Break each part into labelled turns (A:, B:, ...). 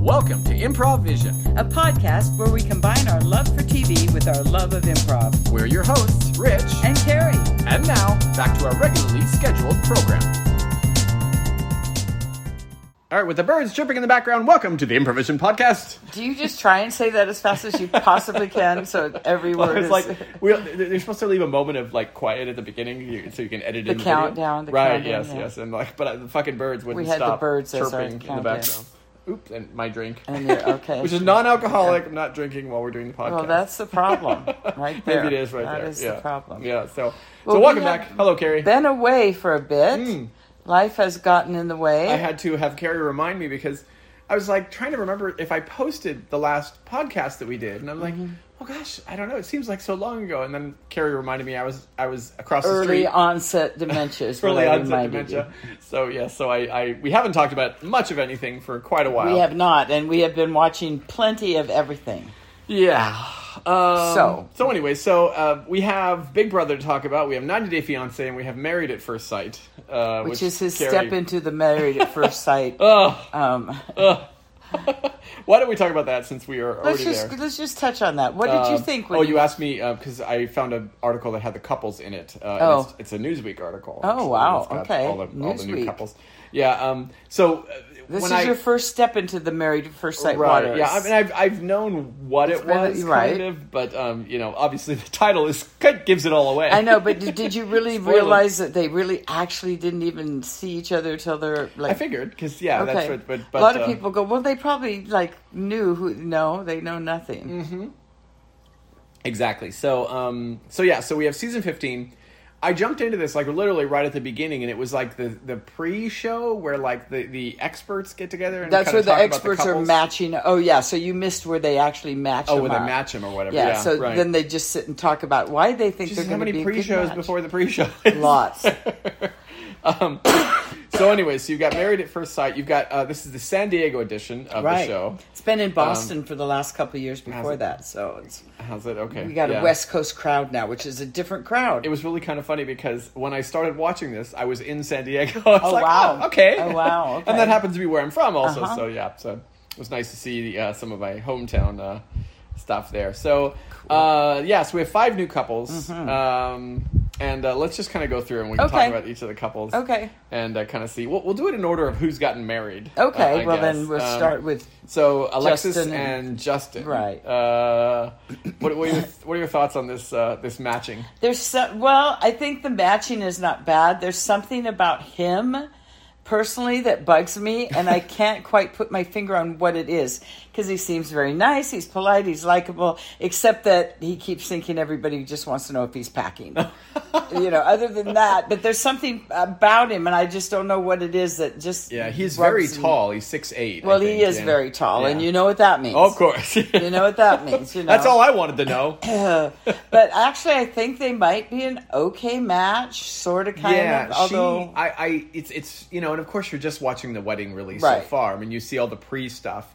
A: Welcome to Improv Vision.
B: a podcast where we combine our love for TV with our love of improv.
A: We're your hosts, Rich,
B: And Carrie,
A: and now back to our regularly scheduled program. All right, with the birds chirping in the background, welcome to the Improvision Podcast.
B: do you just try and say that as fast as you possibly can so every word
A: It's
B: is
A: like we they're supposed to leave a moment of like quiet at the beginning you- so you can edit in the video.
B: countdown, the
A: right?
B: countdown,
A: yes,
B: yeah.
A: yes, and like, but uh, the fucking birds wouldn't
B: We had the
A: stop
B: birds as our
A: chirping in the
B: countdown.
A: background. Oops, and my drink,
B: And you're okay.
A: which is non-alcoholic. I'm not drinking while we're doing the podcast.
B: Well, that's the problem right there.
A: Maybe it is right there.
B: That is
A: yeah.
B: the problem.
A: Yeah. So, so
B: Well, we
A: welcome
B: have-
A: back. Hello, Carrie.
B: Been away for a bit. Life has gotten in the way.
A: Hmm. I had to have Carrie remind me because I was like trying to remember if I posted the last podcast that we did, and I'm like,
B: Mm-hmm.
A: oh gosh, I don't know. It seems like so long ago. And then Carrie reminded me I was I was across the
B: early
A: street.
B: onset dementia is
A: Early
B: what I
A: onset
B: reminded
A: dementia.
B: you.
A: So yeah, so I, I we haven't talked about much of anything for quite a while.
B: We have not, and we have been watching plenty of everything.
A: Yeah. Um,
B: So.
A: so anyway, so uh, we have Big Brother to talk about. We have 90 Day Fiance, and we have Married at First Sight, uh,
B: Which is his
A: Carrie-
B: step into the married at first sight.
A: Ugh.
B: um,
A: Why don't we talk about that since we are already
B: let's just
A: there?
B: let's just touch on that. What did you
A: Um,
B: think? When
A: Oh, you asked me because I found an article that had the couples in it. Uh, and
B: Oh.
A: it's, it's a Newsweek article.
B: Oh, wow.
A: It's got
B: Okay.
A: all the, all the new
B: Newsweek.
A: couples. Yeah. Um, so uh,
B: This
A: when
B: is
A: I,
B: your first step into the married at first sight
A: Right,
B: waters.
A: Yeah, I mean, I've, I've known what it
B: been-
A: was,
B: right.
A: kind of, but um, you know, obviously the title is kind of gives it all away.
B: I know, but did, did you really
A: Spoiler.
B: realize that they really actually didn't even see each other till they're like?
A: I figured because yeah,
B: okay.
A: that's what. But, but
B: a lot of
A: uh,
B: people go, well, they probably like knew who. No, they know nothing.
A: Mm-hmm. Exactly. So, um, so yeah, so we have season 15. I jumped into this like literally right at the beginning, and it was like the the pre show where like the the experts get together. and
B: That's
A: kinda
B: where the
A: talk about
B: experts are
A: couples.
B: matching. Oh yeah, so you missed where they actually match.
A: Oh,
B: them
A: where they
B: up.
A: match them or whatever.
B: Yeah,
A: Yeah.
B: so
A: right.
B: then they just sit and talk about why they think
A: Jesus,
B: they're
A: how
B: going to
A: many
B: be a good
A: pre shows
B: match.
A: before the pre show?
B: Lots.
A: um, so, anyways, so you've got Married at First Sight. You've got uh, this is the San Diego edition of the
B: right.
A: show. Um,
B: It's been in Boston for the last couple of years before
A: it-
B: that, so it's,
A: How's it? Okay,
B: we got
A: yeah.
B: a West Coast crowd now, which is a different crowd.
A: It was really kind of funny because when I started watching this, I was in San Diego. I was
B: Oh,
A: like,
B: wow.
A: "Oh, okay.
B: Oh, wow, okay.
A: and that happens to be where I'm from, also.
B: Uh-huh.
A: So yeah, so it was nice to see uh, some of my hometown uh, stuff there. So uh, yeah, so we have five new couples, um, and uh, let's just kind of go through and we can
B: Mm-hmm. Okay.
A: talk about each of the couples.
B: Okay.
A: And uh, kind of see. We'll, we'll do it in order of who's gotten married. uh,
B: Okay,
A: I
B: well
A: guess.
B: then we'll
A: Um,
B: start with
A: So Alexis
B: Justin
A: and,
B: and-
A: Justin,
B: Right.
A: Uh, what, what, are your, what are your thoughts on this uh, this matching?
B: There's so, well, I think the matching is not bad. There's something about him personally that bugs me, and I can't quite put my finger on what it is because he seems very nice, he's polite, he's likable, except that he keeps thinking everybody just wants to know if he's packing. you know, other than that, but there's something about him, and I just don't know what it is that just
A: Yeah, he's
B: rubs
A: very
B: me.
A: tall. He's six eight.
B: Well, he is very tall, and you know what that means.
A: Oh, of course, you
B: know what that means, you
A: That's
B: know.
A: all I wanted to know.
B: but actually, I think they might be an okay match, sort of, kind
A: yeah,
B: of. Although
A: she, I, I, it's, it's, you know, and of course you're just watching the wedding really
B: Right.
A: so far. I mean, you see all the pre stuff.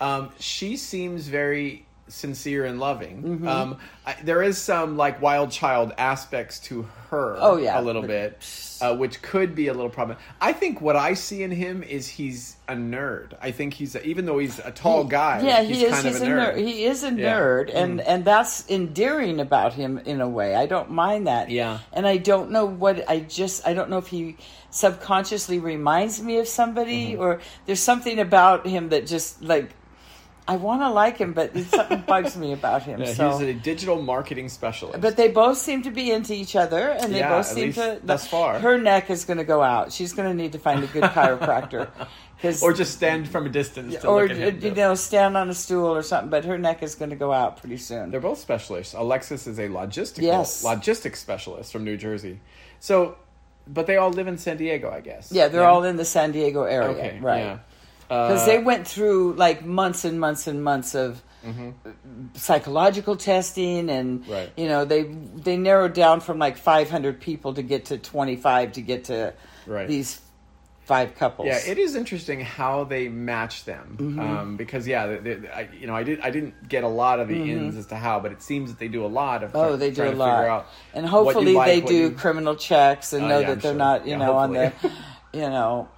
A: Um, she seems very sincere and loving.
B: Mm-hmm.
A: Um, I, there is some like wild child aspects to her.
B: Oh, yeah.
A: a little bit, uh, which could be a little problem. I think what I see in him is he's a nerd. I think he's a, even though he's a tall guy,
B: Yeah,
A: he's
B: he is.
A: kind
B: he's
A: of
B: a nerd. He is
A: Yeah.
B: a
A: Mm.
B: nerd, and and that's endearing about him in a way. I don't mind that.
A: Yeah.
B: and I don't know what I just I don't know if he subconsciously reminds me of somebody
A: Mm-hmm.
B: or there's something about him that just like I want to like him, but there's something bugs me about him.
A: Yeah,
B: so.
A: he's a digital marketing specialist.
B: but they both seem to be into each other, and they
A: Yeah,
B: both
A: at
B: seem
A: least
B: to.
A: thus far.
B: her neck is going to go out. She's going to need to find a good chiropractor, 'Cause-
A: or just stand from a distance to
B: or
A: look at him.
B: you know, stand on a stool or something. But her neck is going to go out pretty soon.
A: They're both specialists. Alexis is a logistical
B: Yes.
A: logistics specialist from New Jersey. So, but they all live in San Diego, I guess.
B: Yeah, they're all in the San Diego area,
A: okay,
B: right?
A: yeah.
B: Because
A: Uh,
B: they went through like months and months and months of psychological testing, and
A: Mm-hmm. Right.
B: you know they they narrowed down from like 500 people to get to 25 to get to
A: Right.
B: these five couples.
A: Yeah, it is interesting how they match them
B: Mm-hmm.
A: um, because yeah, they, they, I, you know, I did I didn't get a lot of the ins as to how, but it seems that they do a lot of.
B: Mm-hmm. Oh, they do
A: trying
B: a
A: to figure out
B: lot, and
A: what you
B: hopefully
A: like,
B: they
A: what
B: do
A: you-
B: criminal checks and
A: Oh,
B: know
A: yeah,
B: that
A: I'm
B: they're
A: sure.
B: not, you
A: Yeah,
B: know, on the,
A: hopefully.
B: you know,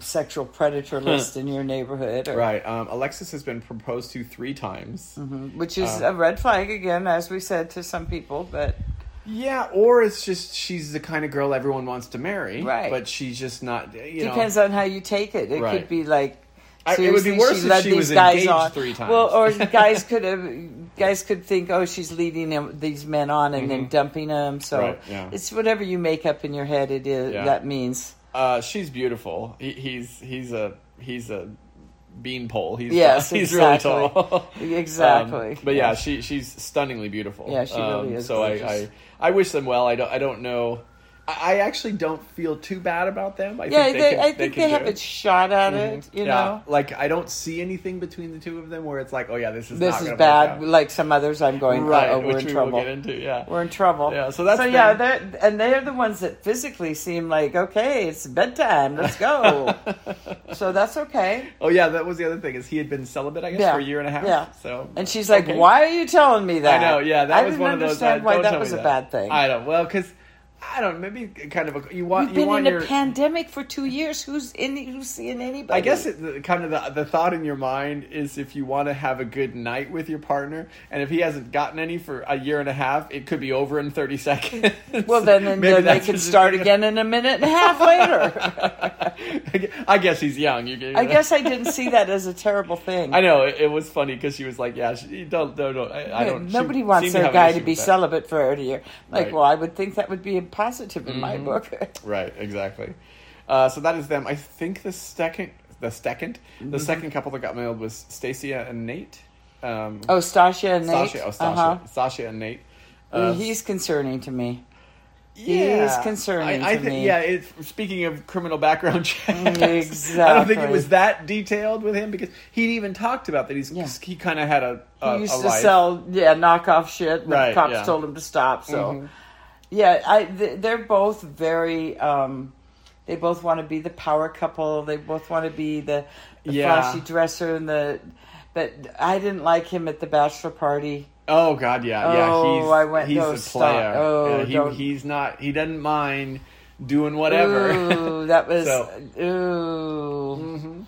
B: sexual predator list in your neighborhood, or,
A: Right. Um, Alexis has been proposed to three times.
B: mm, which is
A: Uh.
B: a red flag again, as we said to some people. But
A: Yeah, or it's just she's the kind of girl everyone wants to marry.
B: Right.
A: But she's just not. You
B: depends
A: know,
B: on how you take it. It could
A: Right.
B: be like
A: I- it would
B: seriously,
A: be worse
B: she
A: if
B: led
A: she
B: these
A: was
B: guys
A: engaged
B: on.
A: three times.
B: Well, or guys could have guys could think, oh, she's leading him, these men on and then dumping them. So
A: Mm-hmm. Right, yeah.
B: it's whatever you make up in your head. It is
A: Yeah.
B: that means
A: uh, she's beautiful. He, he's he's a he's a beanpole. He's
B: Yes,
A: he's really
B: exactly.
A: tall.
B: Exactly.
A: Um, but yeah,
B: Yes.
A: she she's stunningly beautiful. Um,
B: Yeah, she really is
A: So I,
B: gorgeous.
A: I I wish them well. I don't I don't know. I I actually don't feel too bad about them. I
B: yeah.
A: think
B: They,
A: they, can,
B: I think
A: can
B: they,
A: do
B: have
A: it. Mhm. Mm-hmm.
B: a shot at it. You
A: Yeah,
B: know.
A: like I don't see anything between the two of them where it's like, oh yeah, this is
B: This
A: not
B: is
A: gonna
B: bad.
A: work
B: Like some others, I'm
A: out.
B: going.
A: right?
B: uh-oh, we're
A: which
B: in
A: we
B: trouble.
A: will get into. Yeah,
B: We're in trouble.
A: Yeah, so that's
B: so
A: been-
B: yeah, they're, and they're the ones that physically seem like okay, it's bedtime, let's go. so that's okay.
A: Oh yeah, that was the other thing is he had been celibate, I guess,
B: Yeah,
A: for a year and a half.
B: yeah.
A: So
B: And she's like,
A: okay.
B: "Why are you telling me
A: I
B: that?"
A: know. Yeah, that
B: I
A: was
B: didn't
A: one of those.
B: understand
A: I-
B: why
A: don't
B: that
A: tell me
B: was a bad thing.
A: I don't. Well, because I don't. Maybe kind of a you want
B: We've
A: you
B: been
A: want
B: in
A: your.
B: a pandemic for two years. Who's in? Who's seeing anybody?
A: I guess it, the, kind of the, the thought in your mind is if you want to have a good night with your partner, and if he hasn't gotten any for a year and a half, it could be over in thirty seconds.
B: Well, then, then,
A: Maybe
B: then they
A: that's
B: could
A: just-
B: start again in a minute and a half later.
A: I guess he's young. You can,
B: I guess I didn't see that as a terrible thing.
A: I know it, it was funny because she was like, "Yeah, she, don't, don't, don't." I, I don't. she
B: Nobody wants
A: seemed to
B: their
A: have an
B: guy
A: issue
B: to be
A: with that.
B: celibate for a year. Like,
A: Right. Mm-hmm.
B: well, I would think that would be a positive in my book.
A: Right, exactly. Uh, so that is them. I think the second, the 2nd
B: Mm-hmm.
A: the second couple that got mailed was Stacia and Nate. Um,
B: oh, Stasha and Nate.
A: Sasha, oh, Sasha,
B: Uh-huh.
A: Sasha and Nate. Um,
B: Uh, He's concerning to me.
A: yeah.
B: concerning
A: I, I
B: to
A: thi-
B: me.
A: Yeah, it, speaking of criminal background checks, I don't think
B: Mm, Exactly.
A: it was that detailed with him because he even talked about that. He's
B: Yeah.
A: he kind of had a,
B: He
A: a,
B: used
A: Uh, a
B: to
A: life.
B: sell, yeah, knockoff shit. and the
A: Right,
B: cops
A: yeah.
B: told him to stop. So,
A: Mhm.
B: yeah, I th- they're both very. Um, they both want to be the power couple. They both want to be the, the
A: Yeah.
B: flashy dresser and the. But I didn't like him at the bachelor party.
A: Oh God, yeah, yeah.
B: Oh,
A: he's,
B: I went-
A: He's
B: no,
A: a
B: stop.
A: player.
B: Oh,
A: Yeah, he,
B: don't-
A: he's not. He doesn't mind doing whatever.
B: Ooh, that was
A: So- mm-hmm.
B: ooh.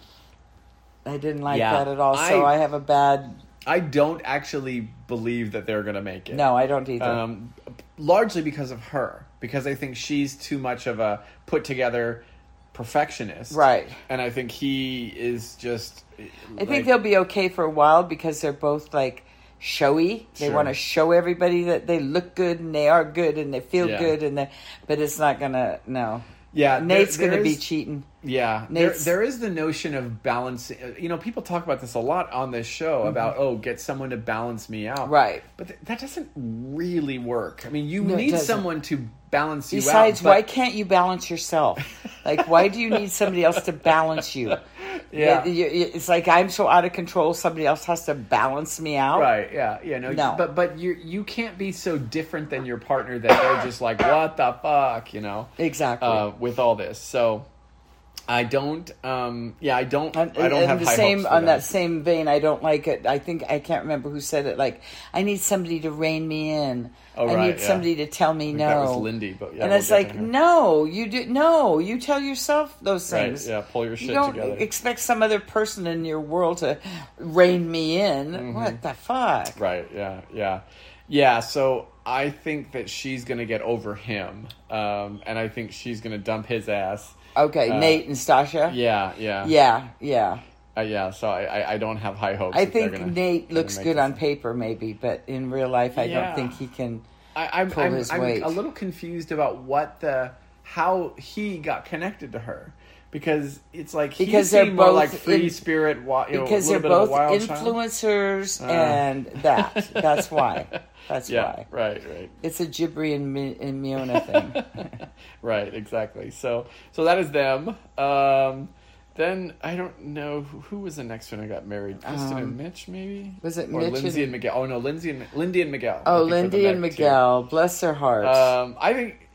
B: I didn't like
A: Yeah.
B: that at all. So I,
A: I-
B: have a bad.
A: I don't actually believe that they're going to make it.
B: No, I don't either.
A: Um, largely because of her, because I think she's too much of a put together perfectionist.
B: Right.
A: And I think he is just.
B: I think they'll be okay for a while because they're both like showy. They
A: Sure.
B: want to show everybody that they look good and they are good and they feel
A: Yeah.
B: good and they. But it's not gonna no.
A: Yeah. there-
B: Nate's
A: there
B: gonna be
A: is-
B: cheating.
A: Yeah, there,
B: Nate's-
A: there is the notion of balancing. uh, You know, people talk about this a lot on this show about oh, get someone to balance me out.
B: Mm-hmm. Right.
A: but th- that doesn't really work. I mean, you
B: No, it
A: need
B: doesn't.
A: someone to balance you
B: Besides,
A: out.
B: why
A: but-
B: can't you balance yourself? Like, why do you need somebody else to balance you?
A: Yeah.
B: It- it- it's like I'm so out of control. Somebody else has to balance me out.
A: Right. Yeah. Yeah. No.
B: No.
A: But but you you can't be so different than your partner that they're just like what the fuck you know
B: Exactly.
A: uh, with all this. So I don't. Um. Yeah. I don't.
B: And,
A: I don't
B: and
A: have
B: the
A: high
B: same
A: hopes for
B: on
A: them.
B: that same vein. I don't like it. I think I can't remember who said it. Like I need somebody to rein me in.
A: Oh,
B: I
A: right,
B: need
A: yeah.
B: somebody to tell me no.
A: That was Lindy, but yeah,
B: and
A: we'll
B: it's
A: get to
B: like
A: her.
B: no, you do no. You tell yourself those
A: Right,
B: things.
A: yeah, pull your shit
B: you don't
A: together.
B: expect some other person in your world to rein me in.
A: Mm-hmm.
B: What the fuck?
A: Right. Yeah. Yeah. Yeah. So I think that she's going to get over him, um, and I think she's going to dump his ass.
B: Okay,
A: Uh,
B: Nate and Stasha.
A: Yeah. Yeah.
B: yeah, yeah.
A: Uh, yeah. So I, I, I don't have high hopes.
B: I
A: that they're
B: think
A: gonna-
B: Nate
A: gonna
B: looks
A: make
B: good
A: this.
B: on paper, maybe, but in real life, I
A: Yeah.
B: don't think he can.
A: I, I'm,
B: pull
A: I'm,
B: his
A: I'm
B: weight.
A: a little confused about what the how he got connected to her because it's like he
B: Because they're
A: seemed more like
B: both
A: free
B: in-
A: spirit, wi- you know,
B: because
A: a little
B: they're
A: bit of a
B: both
A: wild child. Uh.
B: influencers and that that's why that's
A: Yeah.
B: why
A: Right. Right.
B: it's a Gibri and, Mi- and Miona thing
A: right, exactly. So so that is them. Um, then I don't know who, who was the next one I got married. Kristen and Mitch, maybe.
B: Um, was it
A: or
B: Mitch
A: Lindsay and,
B: and-
A: Miguel? Oh no, Lindsay and Lindy and Miguel. I
B: oh
A: think were the
B: Lindy and
A: next two.
B: Miguel bless their hearts
A: Um, I think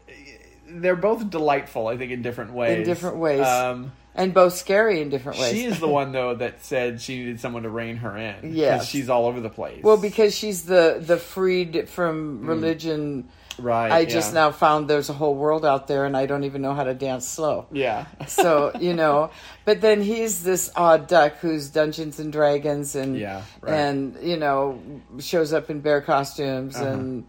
A: they're both delightful. I think in different ways.
B: different ways.
A: Um,
B: and both scary in different ways
A: she is the one though that said she needed someone to rein her in. 'cause
B: Yes.
A: she's all over the place.
B: well because she's the the freed from religion
A: Mm. Right.
B: I just
A: yeah.
B: now found there's a whole world out there and I don't even know how to dance slow.
A: Yeah.
B: So, you know, but then he's this odd duck who's Dungeons and Dragons and
A: Yeah, right.
B: and you know, shows up in bear costumes and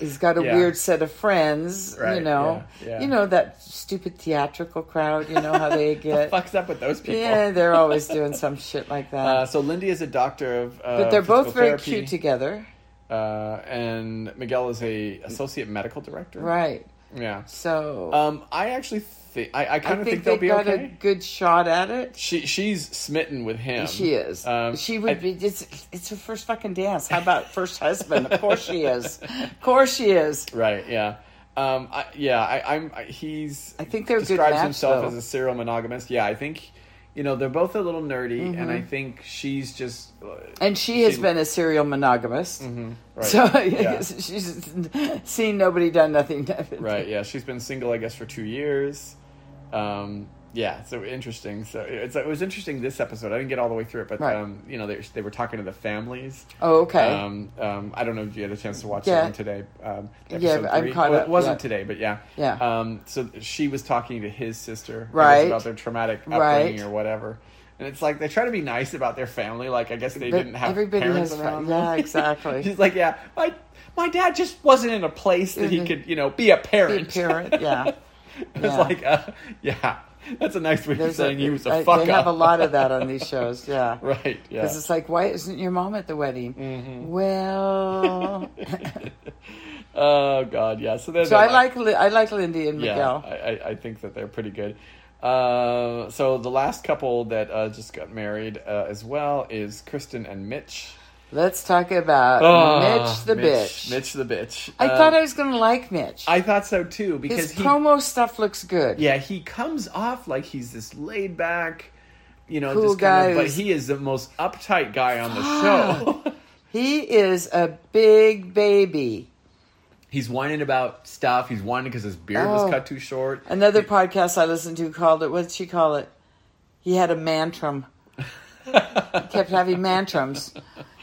B: he's got a
A: Uh-huh. Yeah.
B: weird set of friends, you
A: Right,
B: know.
A: yeah, yeah.
B: You know that stupid theatrical crowd, you know how they get
A: fucks up with those people.
B: Yeah, they're always doing some shit like that.
A: Uh, so Lindy is a doctor of. Uh,
B: but they're both
A: physical
B: very
A: therapy,
B: cute together.
A: Uh, and Miguel is a associate medical director.
B: Right.
A: Yeah.
B: So
A: Um, I actually think I, I
B: I
A: kind of think,
B: think, they
A: they'll be
B: got
A: okay.
B: a good shot at it.
A: She she's smitten with him.
B: She is.
A: Um,
B: she
A: I-
B: would be. It's, it's her first fucking dance. How about first husband? Of course she is. Of course she is.
A: Right. Yeah. Um. I, yeah. I, I'm. I, he's.
B: I think they're a good
A: describes
B: match,
A: himself
B: though.
A: as a serial monogamist. Yeah. I think. You know, they're both a little nerdy, and
B: Mm-hmm.
A: I think she's just.
B: And she has
A: She- Mm-hmm.
B: been a serial monogamist.
A: Right.
B: So
A: yeah.
B: she's seen nobody, done nothing.
A: Right. Yeah. She's been single, I guess, for two years. Um. Yeah. So interesting. So it's, it was interesting this episode. I didn't get all the way through it, but
B: Right.
A: um. You know, they they were talking to the families.
B: Oh, okay.
A: Um, um, I don't know if you had a chance to watch
B: Yeah.
A: that one today. Um,
B: Yeah,
A: episode
B: I'm
A: three.
B: caught
A: Well,
B: up,
A: It wasn't
B: yeah.
A: today, but yeah.
B: Yeah.
A: Um, so she was talking to his sister, I guess,
B: Right.
A: about their traumatic
B: Right.
A: upbringing or whatever. And it's like they try to be nice about their family. Like I guess they
B: But
A: didn't have
B: everybody
A: parents
B: has fa-
A: around.
B: yeah,
A: them.
B: exactly.
A: She's like, yeah, my my dad just wasn't in a place that he
B: Mhm.
A: could, you know, be a
B: Be a
A: parent.
B: parent, yeah.
A: it's
B: Yeah.
A: like, uh, yeah, that's a nice way of
B: There's
A: saying he was a
B: I-
A: fuck
B: They have
A: up.
B: a lot of that on these shows. Yeah.
A: right? Yeah. Mm-hmm.
B: Because it's like, why isn't your mom at the wedding? Well,
A: oh god, yeah. So there's
B: so I
A: that.
B: like Li- I like Lindy and Miguel.
A: I, I, I think that they're pretty good. Uh, so the last couple that uh, just got married uh, as well is Kristen and Mitch. Ah,
B: Let's talk about Mitch the
A: Oh, Mitch,
B: bitch.
A: Mitch the bitch.
B: I
A: Uh,
B: thought I was going to like Mitch.
A: I thought so too because
B: His
A: he,
B: promo stuff looks good.
A: yeah, he comes off like he's this laid back, you know,
B: Cool
A: this kind
B: guy
A: of, but
B: who's-
A: he is the most uptight guy on the show.
B: He is a big baby.
A: he's whining about stuff. He's whining because his beard was
B: Oh.
A: cut too short.
B: Another podcast I listened to called it, what'd she call it? He had a mantrum. he kept having mantrums.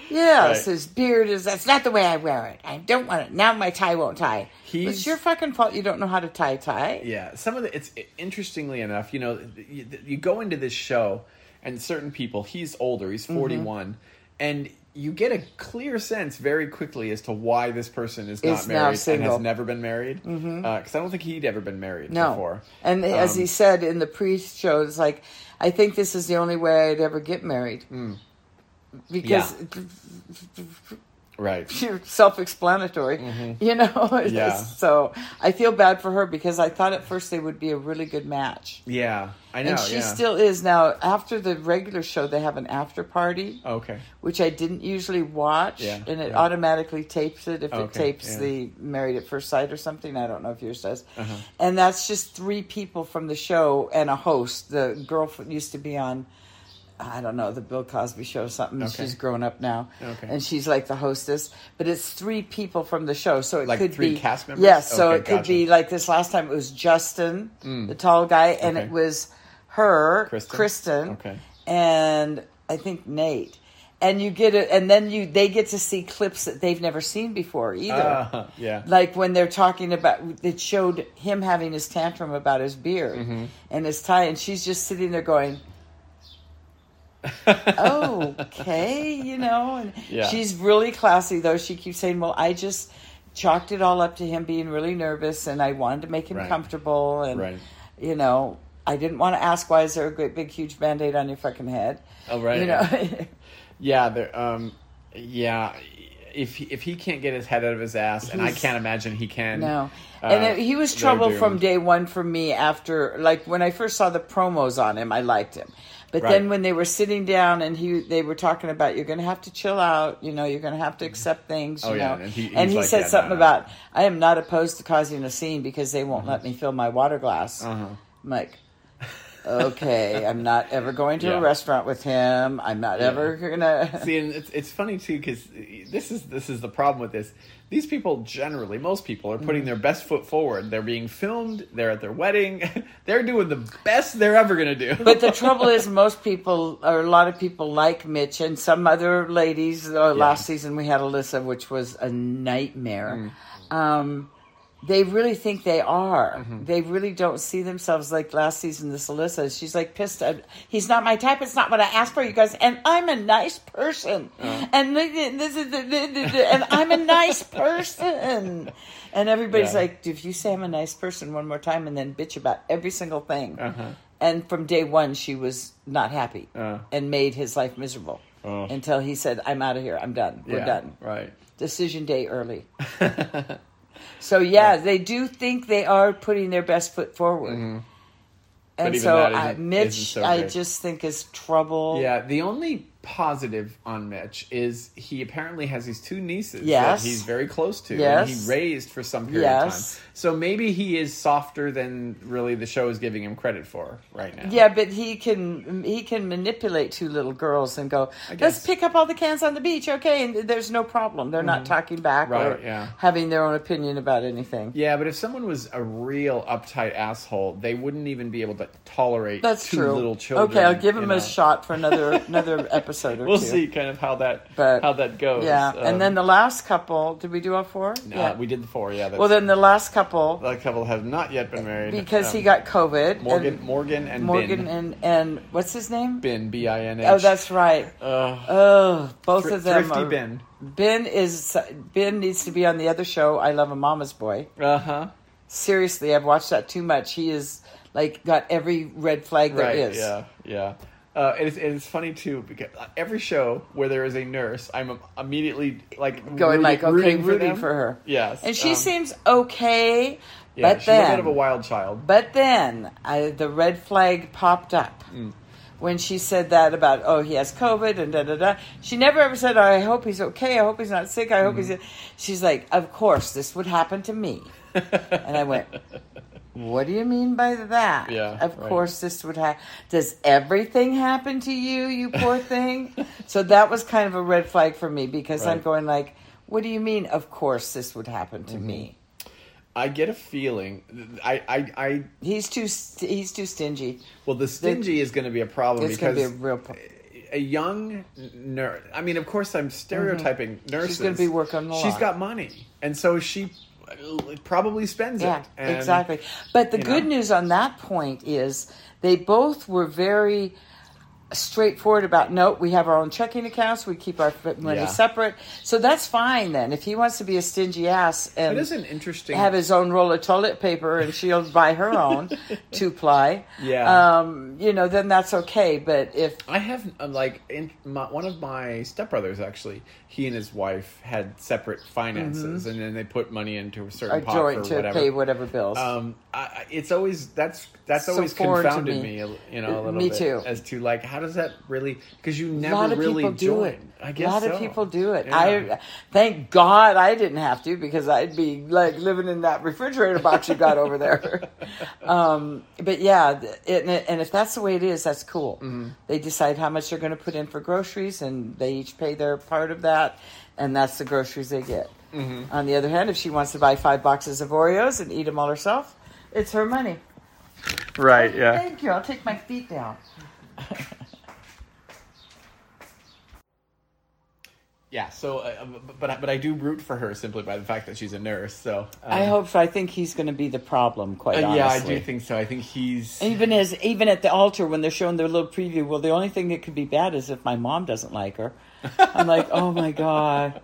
B: Yes,
A: Right.
B: his beard is, that's not the way I wear it. I don't want it. Now my tie won't tie.
A: He's-
B: It's your fucking fault you don't know how to tie tie.
A: Yeah, some of the it's interestingly enough, you know, you, you go into this show and certain people, he's older, he's
B: Mm-hmm.
A: 41, and you get a clear sense very quickly as to why this person is not
B: Is now
A: married and
B: single. Mm-hmm.
A: has never been married. Because I don't think he'd ever been married
B: no.
A: before. Um,
B: And as he said in the pre-show, it's like, I think this is the only way I'd ever get married.
A: Mm.
B: Because
A: Right.
B: you're self-explanatory, you know.
A: Mm-hmm. Yeah.
B: So I feel bad for her because I thought at first they would be a really good match,
A: Yeah, I know.
B: and she
A: yeah.
B: still is now. After the regular show, they have an after party,
A: Okay.
B: which I didn't usually watch,
A: Yeah,
B: and it
A: yeah.
B: automatically tapes it if it
A: Okay,
B: tapes
A: yeah. Uh-huh.
B: the Married at First Sight or something. I don't know if yours does, and that's just three people from the show and a host. The girl f- used to be on. I don't know, the Bill Cosby show or something.
A: Okay.
B: She's grown up now.
A: Okay.
B: And she's like the hostess. But it's three people from the show. So it
A: Like
B: could
A: three
B: be.
A: cast members?
B: Yes. so
A: Okay,
B: it could
A: gotcha. Mm.
B: be like this last time it was Justin, the tall guy, and
A: Okay.
B: it was her,
A: Kristen?
B: Kristen
A: Okay.
B: and I think Nate. And you get it, and then you they get to see clips that they've never seen before either.
A: Uh, yeah.
B: Like when they're talking about, it showed him having his tantrum about his beard
A: Mm-hmm.
B: and his tie, and she's just sitting there going, oh. "Okay, you know." And
A: Yeah.
B: she's really classy though. She keeps saying, "Well, I just chalked it all up to him being really nervous, and I wanted to make him
A: Right.
B: comfortable, and
A: Right.
B: you know." I didn't want to ask why is there a great big huge band-aid on your fucking head.
A: Oh, right,
B: You know.
A: Yeah, there. Um, yeah, if he, if he can't get his head out of his ass, and I
B: He's-
A: can't imagine he can.
B: No.
A: uh,
B: And it, he was
A: they're
B: trouble from
A: doomed.
B: day one for me after, like, when I first saw the promos on him, I liked him. But
A: Right.
B: then when they were sitting down and he, they were talking about, you're going to have to chill out, you know, you're going to have to accept things, you
A: Oh, yeah,
B: know.
A: and he- he's
B: he
A: like,
B: said
A: "Yeah, no,
B: something
A: no."
B: about, I am not opposed to causing a scene because they won't let me fill my water glass.
A: Mm-hmm. Uh-huh.
B: I'm like, okay, I'm not ever going to
A: Yeah.
B: a restaurant with him. I'm not ever going to.
A: See, and it's it's funny too because this is this is the problem with this. These people generally, most people, are putting their best foot forward. They're being filmed. They're at their wedding. they're doing the best they're ever gonna do.
B: But the trouble is, most people, or a lot of people, like Mitch and some other ladies. Uh, Last season we had Alyssa, which was a nightmare.
A: Mm.
B: um, they really think they are.
A: Mm-hmm.
B: They really don't see themselves like last season. This Alyssa, she's like pissed. I, he's not my type. It's not what I asked for, you guys. And I'm a nice person.
A: Uh.
B: And th- th- this is the- th- th- th- and I'm a nice person. And everybody's
A: Yeah.
B: like, if you say I'm a nice person one more time, and then bitch about every single thing.
A: Uh-huh.
B: And from day one, she was not happy
A: Uh.
B: and made his life miserable
A: Oh.
B: until he said, "I'm out of here. I'm done. We're
A: Yeah,
B: done."
A: Right.
B: decision day early. so yeah, they do think they are putting their best foot forward.
A: Mm-hmm. But
B: And
A: even
B: so
A: that
B: I,
A: isn't-
B: Mitch,
A: isn't so
B: I
A: great.
B: just think is trouble.
A: Yeah, the only positive on Mitch is he apparently has these two nieces
B: Yes.
A: that he's very close to and
B: Yes.
A: he raised for some period
B: Yes.
A: of time. So maybe he is softer than really the show is giving him credit for right now.
B: Yeah, but he can he can manipulate two little girls and go, let's
A: guess.
B: pick up all the cans on the beach, okay? And there's no problem. They're not talking back or
A: Mm-hmm. Right, yeah.
B: having their own opinion about anything.
A: Yeah, but if someone was a real uptight asshole, they wouldn't even be able to tolerate
B: That's
A: two
B: true.
A: little children.
B: okay, I'll give
A: you
B: him
A: know.
B: a shot for another another episode or
A: We'll
B: two.
A: see kind of how that
B: But-
A: how that goes.
B: Yeah,
A: Um,
B: and then the last couple. Did we do all four?
A: nah,
B: yeah,
A: we um, did the four. Yeah, that's,
B: Well, then the last couple
A: that couple have not yet been married
B: because he
A: Um,
B: got COVID.
A: Morgan,
B: and
A: Morgan, and
B: Morgan,
A: Bin.
B: and and what's his name?
A: Bin, B I N H.
B: Oh, that's right.
A: uh,
B: Oh, both of them.
A: Thrifty
B: are-
A: Bin.
B: Ben is Ben needs to be on the other show. I love a mama's boy.
A: Uh huh.
B: Seriously, I've watched that too much. He is like got every red flag there
A: Right.
B: is.
A: Yeah. Yeah. Uh, it is, it is funny too because uh, every show where there is a nurse, I'm immediately like
B: Going
A: rooting-
B: like okay,
A: rooting
B: rooting,
A: for, them.
B: for her.
A: Yes,
B: and she
A: um,
B: seems okay.
A: Yeah,
B: but
A: she's
B: then
A: a bit of a wild child.
B: But then I, the red flag popped up
A: Mm.
B: when she said that about, oh, he has COVID and da da da. She never ever said, oh, I hope he's okay. I hope he's not sick. I hope he's.
A: Mm-hmm.
B: She's like, of course, this would happen to me. and I went, what do you mean by that?
A: Yeah,
B: Of
A: right.
B: course, this would happen. Does everything happen to you, you poor thing? so that was kind of a red flag for me because I'm
A: Right.
B: going, like, what do you mean, of course, this would happen
A: Mm-hmm.
B: to me?
A: I get a feeling. I, I, I
B: He's too st- he's too stingy.
A: well, the stingy is going to be a problem
B: It's
A: because
B: gonna be a real problem.
A: a young nurse. I mean, of course, I'm stereotyping nurses.
B: Mm-hmm. gonna be working a
A: She's
B: lot.
A: got money, and so she probably spends
B: Yeah,
A: it. And
B: exactly. But the
A: you
B: good
A: know.
B: news on that point is they both were very straightforward about no, we have our own checking accounts, we keep our f- money
A: Yeah.
B: separate. So that's fine then. If he wants to be a stingy ass
A: It
B: and
A: is an interesting.
B: have his own roll of toilet paper and she'll buy her own two ply,
A: Yeah.
B: um, you know, then that's okay. But if
A: I have uh, like in my, one of my stepbrothers actually. He and his wife had separate finances, and then they put money into a certain
B: Mm-hmm. a
A: pot
B: joint
A: for
B: to
A: whatever.
B: pay whatever bills,
A: um, I, I- it's always that's that's
B: So
A: always
B: foreign to
A: confounded
B: me.
A: me. a- you know, a little
B: Me
A: bit
B: too.
A: as to like how does that really because you
B: a
A: never
B: lot of
A: really
B: people do
A: join.
B: it.
A: I guess
B: a lot
A: so.
B: of people do it.
A: Yeah.
B: I thank God I didn't have to because I'd be like living in that refrigerator box you got over there. Um, but yeah, th- and, and if that's the way it is, that's cool.
A: Mm-hmm.
B: They decide how much they're going to put in for groceries, and they each pay their part of that, and that's the groceries they get.
A: Mm-hmm.
B: On the other hand, if she wants to buy five boxes of Oreos and eat them all herself, it's her money.
A: right? Yeah.
B: Thank you. I'll take my feet down.
A: Yeah, so, uh, but but I do root for her simply by the fact that she's a nurse. So um,
B: I hope so. I think he's going to be the problem,
A: uh,
B: quite honestly.
A: yeah, I do think so. I think he's
B: Even as even at the altar when they're showing their little preview, well, the only thing that could be bad is if my mom doesn't like her. I'm like, oh my god,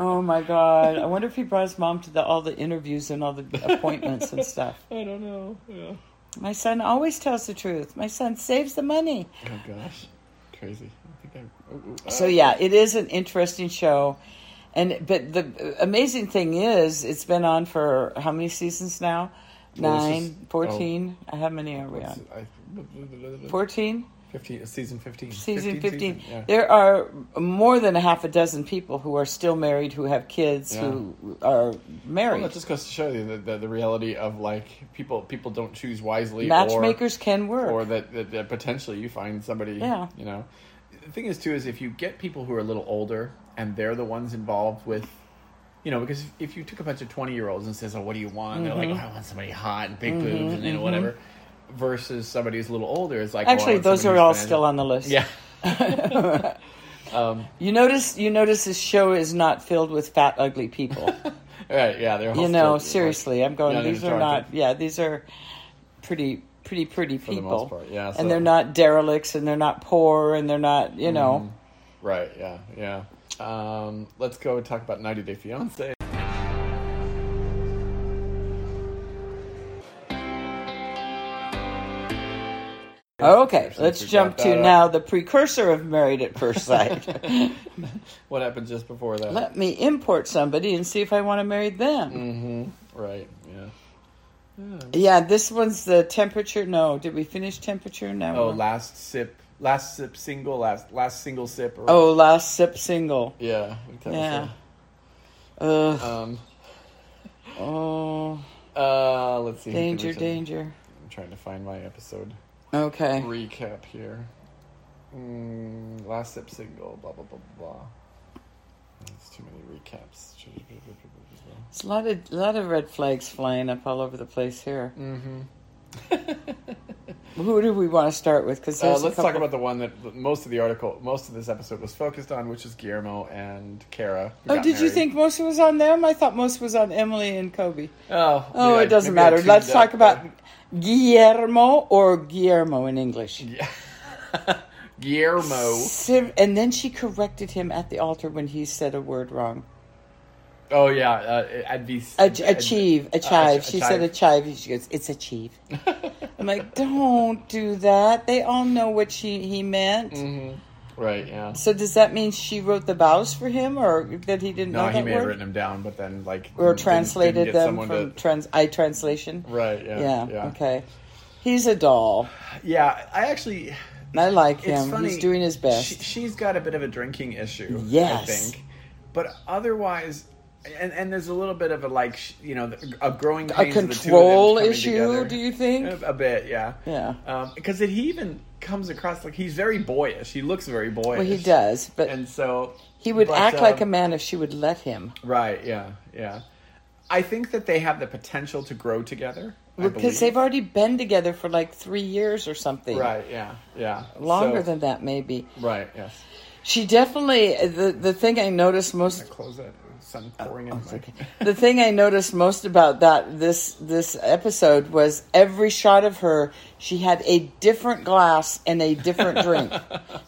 B: oh my god. I wonder if he brought his mom to the, all the interviews and all the appointments and stuff.
A: I don't know. Yeah.
B: My son always tells the truth. My son saves the money.
A: Oh gosh, crazy. I think I. ooh, ooh,
B: So
A: ah.
B: yeah, it is an interesting show, and but the amazing thing is, it's been on for how many seasons now?
A: Well, this is-
B: Nine, fourteen. How many are we on?
A: I-
B: Fourteen.
A: Fifteen, season fifteen.
B: season 15,
A: yeah.
B: there are more than a half a dozen people who are still married who have kids
A: Yeah.
B: who are married
A: Well, that just goes to show you the, the, the reality of like people people don't choose wisely.
B: matchmakers can
A: or,
B: work
A: or that, that that potentially you find somebody.
B: Yeah.
A: You know, the thing is too is if you get people who are a little older and they're the ones involved with. You know, because if- if you took a bunch of twenty year olds and says, "Oh, what do you want?" They're
B: Mm-hmm.
A: like, "Oh, "I want somebody hot and big boobs and you know whatever," versus somebody who's a little older is like, "Oh, I
B: actually
A: want
B: those are
A: somebody
B: all
A: who's
B: still on the list
A: financially-"
B: you notice you notice this show is not filled with fat ugly people
A: Yeah, right, yeah, they're all
B: You know,
A: still-
B: seriously, I'm going.
A: Yeah, they're
B: these are
A: attractive.
B: not. Yeah, these are pretty, pretty, pretty people.
A: the most part, yeah, so-
B: and they're not derelicts, and they're not poor, and they're not. You know,
A: Mm-hmm. Right, yeah, yeah. Um, let's go talk about 90 Day Fiance.
B: okay.
A: Since
B: Let's
A: we
B: jump
A: brought that
B: to
A: up.
B: now the precursor of Married at First Sight.
A: What happened just before that?
B: Let me import somebody and see if I want to marry them.
A: Mm. right, yeah.
B: Yeah, this one's the temperature. No, did we finish temperature? No.
A: Oh, last sip, last sip single, last last single sip. Or,
B: oh, last sip single.
A: yeah, we kinda
B: Yeah.
A: said.
B: Ugh.
A: Um,
B: Oh,
A: uh, let's see. who
B: danger,
A: finishes.
B: danger.
A: I'm trying to find my episode
B: Okay.
A: recap here. Mm, last sip single, blah blah blah blah. blah. That's too many recaps.
B: It's a lot of lot of red flags flying up all over the place here.
A: Mm-hmm.
B: Who do we want to start with? Because
A: Uh, let's talk about the one that most of the article, most of this episode was focused on, which is Guillermo and Kara. who
B: Oh,
A: got
B: did you
A: married.
B: think most was on them? I thought most was on Emily and Kobe.
A: Oh,
B: Oh,
A: yeah,
B: it doesn't
A: maybe I
B: matter. Let's
A: tuned up,
B: talk about
A: but-
B: Guillermo or Guillermo in English.
A: Yeah. Guillermo.
B: Sim- And then she corrected him at the altar when he said a word wrong.
A: Oh yeah, uh, I'd be
B: Ach- achieve,
A: uh,
B: achieve.
A: ach-
B: She said
A: achieve.
B: achieve. She goes, it's achieve. I'm like, don't do that. They all know what she he meant.
A: Mm-hmm. Right. Yeah.
B: So does that mean she wrote the vows for him, or that he didn't
A: No,
B: know
A: he
B: that
A: may have
B: word?
A: written them down, but then like
B: or
A: didn't- didn't
B: translated
A: get
B: them
A: someone
B: from
A: to-
B: trans I translation.
A: right. Yeah.
B: Yeah,
A: Yeah.
B: Okay. He's a doll.
A: Yeah. I actually.
B: I like
A: It's
B: him.
A: funny.
B: He's doing his best.
A: She, she's got a bit of a drinking issue.
B: Yes.
A: I think. But otherwise, and and there's a little bit of a like sh- you know a growing
B: a
A: pains of the two of them
B: control
A: coming
B: issue,
A: together.
B: do you think?
A: A a bit, yeah.
B: Yeah.
A: Because it he even comes across like he's very boyish. He looks very boyish.
B: well, he does, but
A: And so
B: he would
A: but,
B: act like a
A: um,
B: man if she would let him.
A: Right. Yeah. Yeah. I think that they have the potential to grow together. I
B: Because
A: believe.
B: they've already been together for like three years or something.
A: Right. Yeah. Yeah.
B: Longer
A: So-
B: than that, maybe.
A: Right. Yes.
B: She definitely the the thing I noticed most
A: Close that. Sun pouring in. my-
B: Oh, Okay. the thing I noticed most about that this this episode was every shot of her, she had a different glass and a different drink.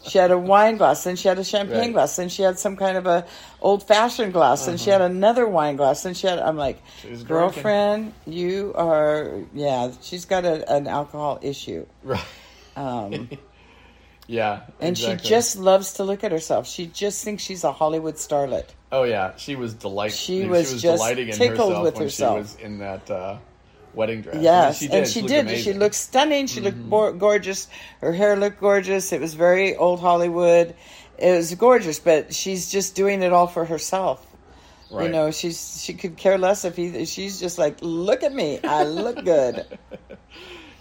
B: she had a wine glass, then she had a champagne
A: Right.
B: glass, then she had some kind of a old fashioned glass, then she had
A: Uh-huh.
B: another wine glass, then she had. I'm like,
A: She's
B: girlfriend, you are yeah. She's got a, an alcohol issue.
A: Right.
B: Um,
A: Yeah.
B: and she
A: exactly.
B: just loves to look at herself. She just thinks she's a Hollywood starlet.
A: Oh yeah, she was delight.
B: She was just tickled with
A: when
B: herself.
A: She was in that uh, wedding dress.
B: Yes, and she
A: looked
B: did. She
A: amazing. Mm-hmm.
B: looked stunning. She looked bor- gorgeous. Her hair looked gorgeous. It was very old Hollywood. It was gorgeous, but she's just doing it all for herself. You
A: Right.
B: know, she's she could care less if he. She's just like, look at me, I look good.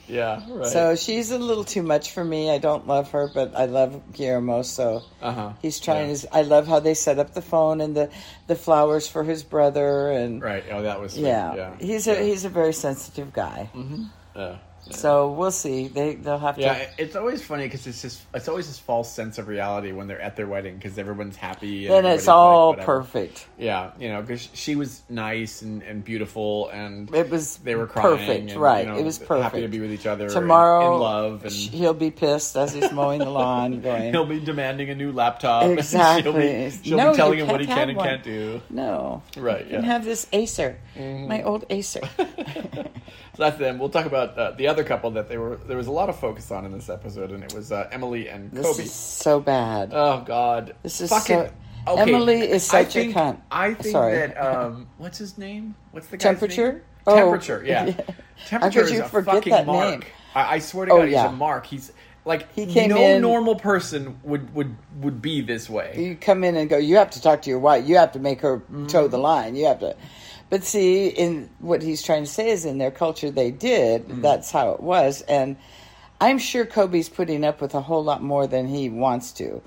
A: Yeah. Right.
B: So she's a little too much for me. I don't love her, but I love Guillermo. So
A: Uh-huh.
B: he's trying
A: Yeah.
B: his. I love how they set up the phone and the the flowers for his brother and.
A: right. Oh, that was. sweet.
B: Yeah.
A: Yeah.
B: he's
A: yeah.
B: a he's a very sensitive guy.
A: Yeah. Yeah.
B: So we'll see. They they'll have to.
A: Yeah, it- it's always funny because it's just it's always this false sense of reality when they're at their wedding because everyone's happy. And
B: then
A: everybody's
B: it's
A: like,
B: all
A: whatever.
B: perfect.
A: Yeah, you know, because she was nice and, and beautiful, and
B: It was
A: they were crying.
B: perfect,
A: and,
B: right?
A: you know,
B: it was perfect.
A: Happy to be with each other. and
B: Tomorrow,
A: in love, and
B: sh- he'll be pissed as he's mowing the lawn, going,
A: He'll be demanding a new laptop. and she'll
B: Exactly.
A: be, she'll
B: No,
A: be telling
B: you
A: him what he can
B: can't have
A: and
B: one.
A: can't do.
B: "No,
A: Right,
B: you can
A: yeah. Mm-hmm.
B: have this Acer, my old Acer."
A: So that's them. We'll talk about uh, the other couple that they were. There was a lot of focus on in this episode, and it was uh, Emily and
B: This
A: Kobe.
B: is so bad.
A: Oh God,
B: This is
A: fucking.
B: so- Emily is
A: I
B: such a
A: think-
B: cunt.
A: I think
B: Sorry.
A: that um, what's his name? What's the guy's
B: Temperature?
A: Name?
B: Oh.
A: Temperature, yeah.
B: Yeah.
A: Temperature
B: How could
A: is
B: you
A: a
B: forget
A: fucking
B: that
A: mark.
B: name?
A: I, I swear to
B: Oh,
A: God,
B: yeah.
A: he's a mark. He's like
B: He came
A: no
B: in-
A: normal person would would would be this way.
B: you come in and go, "You have to talk to your wife. You have to make her toe the line. You have to." But see, in what he's trying to say is, in their culture, they did. That's how it was, and I'm sure Kobe's putting up with a whole lot more than he wants to,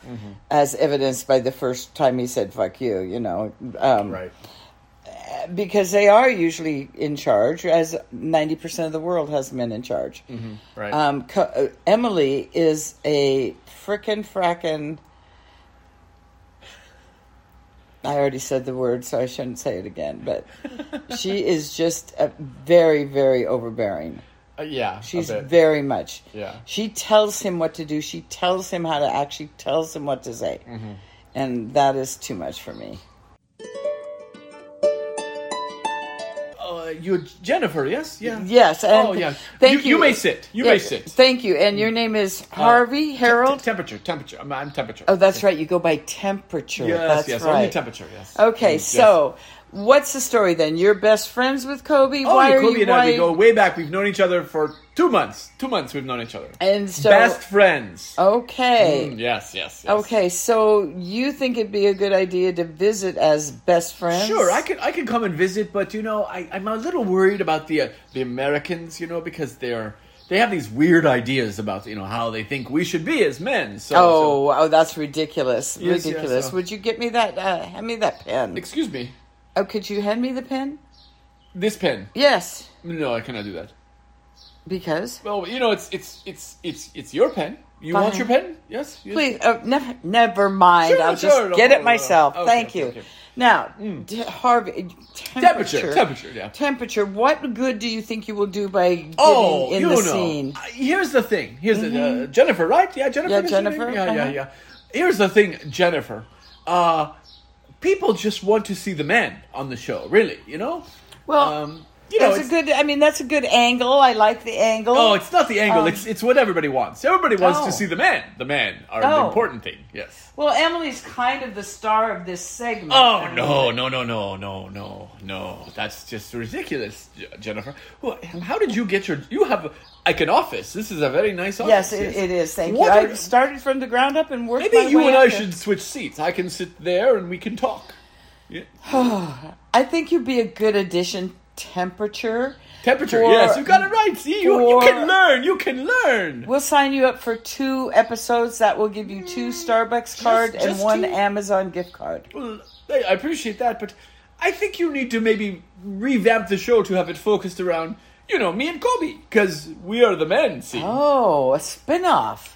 B: as evidenced by the first time he said "fuck you." You know, um,
A: Right.
B: because they are usually in charge, as 90% of the world has men in charge.
A: Right.
B: Um, Co- uh, Emily is a frickin' frackin' I already said the word, so I shouldn't say it again. But she is just a very, very overbearing.
A: Uh, yeah, a
B: She's
A: bit.
B: very much.
A: Yeah.
B: She tells him what to do. She tells him how to act. She tells him what to say.
A: Mm-hmm.
B: And that is too much for me.
A: Uh, you Jennifer? Yes, yeah,
B: Yes. And
A: Oh, yeah.
B: Thank
A: You-
B: you.
A: you may sit. You may
B: Yes,
A: sit. Mm. Uh,
B: Thank you. And your name is Harvey
A: Te-
B: Harold.
A: te- temperature, temperature. I'm, I'm temperature.
B: oh, that's right. You go by temperature.
A: yes,
B: that's
A: yes.
B: right.
A: Only temperature. Yes.
B: Okay,
A: Yes.
B: so what's the story then? You're best friends with Kobe.
A: Oh,
B: why
A: yeah,
B: are
A: Kobe
B: you?
A: and I,
B: why-
A: we go way back. We've known each other for two months. Two months we've known each other.
B: and so
A: Best friends.
B: okay,
A: Mm, yes, yes, yes.
B: okay. So you think it'd be a good idea to visit as best friends?
A: Sure, I could I could come and visit, but you know, I, I'm a little worried about the uh, the Americans, you know, because they're they have these weird ideas about you know how they think we should be as men. So, so-
B: Oh, oh, that's ridiculous!
A: Yes, yes,
B: ridiculous.
A: uh,
B: Would you get me that? Uh, hand me that pen.
A: excuse me,
B: oh, could you hand me the pen?
A: this pen.
B: Yes,
A: No, I cannot do that.
B: because
A: Well, you know, it's it's it's it's it's your pen. You want
B: Fine.
A: your pen? Yes. yes.
B: please. Oh, never, never mind.
A: Sure,
B: I'll
A: sure,
B: just
A: no
B: get
A: problem,
B: it
A: no
B: myself.
A: problem.
B: Thank
A: Okay,
B: you.
A: okay, okay.
B: Now, d- Harvey,
A: Temperature, temperature, yeah.
B: temperature. What good do you think you will do by getting
A: Oh,
B: in
A: you
B: the
A: know.
B: scene? Mm-hmm.
A: Uh, Here's the thing. Here's the uh, Jennifer, right? Yeah, Jennifer.
B: Yeah,
A: is her name?
B: Jennifer,
A: Yeah, yeah,
B: uh-huh.
A: yeah. Here's the thing, Jennifer. Uh, people just want to see the man on the show, really. You know. Um,
B: Well,
A: you know,
B: that's a
A: it's,
B: good. I mean, that's a good angle. I like the angle.
A: oh, it's not the angle.
B: um,
A: it's it's what everybody wants. Everybody wants
B: Oh.
A: to see the man. The man are the
B: Oh.
A: important thing. Yes.
B: well, Emily's kind of the star of this segment.
A: Oh no no no no no no no! That's just ridiculous, Je- Jennifer. Who- How did you get your? You have like an office. This is a very nice office.
B: Yes, it, it is. Thank
A: What
B: you.
A: are-
B: I started from the ground up and worked. my
A: Maybe you
B: way
A: and
B: up
A: I
B: there.
A: should switch seats. I can sit there and we can talk. Yeah.
B: I think you'd be a good addition. Temperature.
A: Temperature,
B: For-
A: yes, you got it right. See, you, you
B: for-
A: can learn. You can learn.
B: We'll sign you up for two episodes. That will give you two Starbucks card and
A: Mm, just
B: one
A: two?
B: Amazon gift card.
A: Well, I I appreciate that, but I think you need to maybe revamp the show to have it focused around, you know, me and Kobe, because we are the men. See,
B: Oh, a spin-off.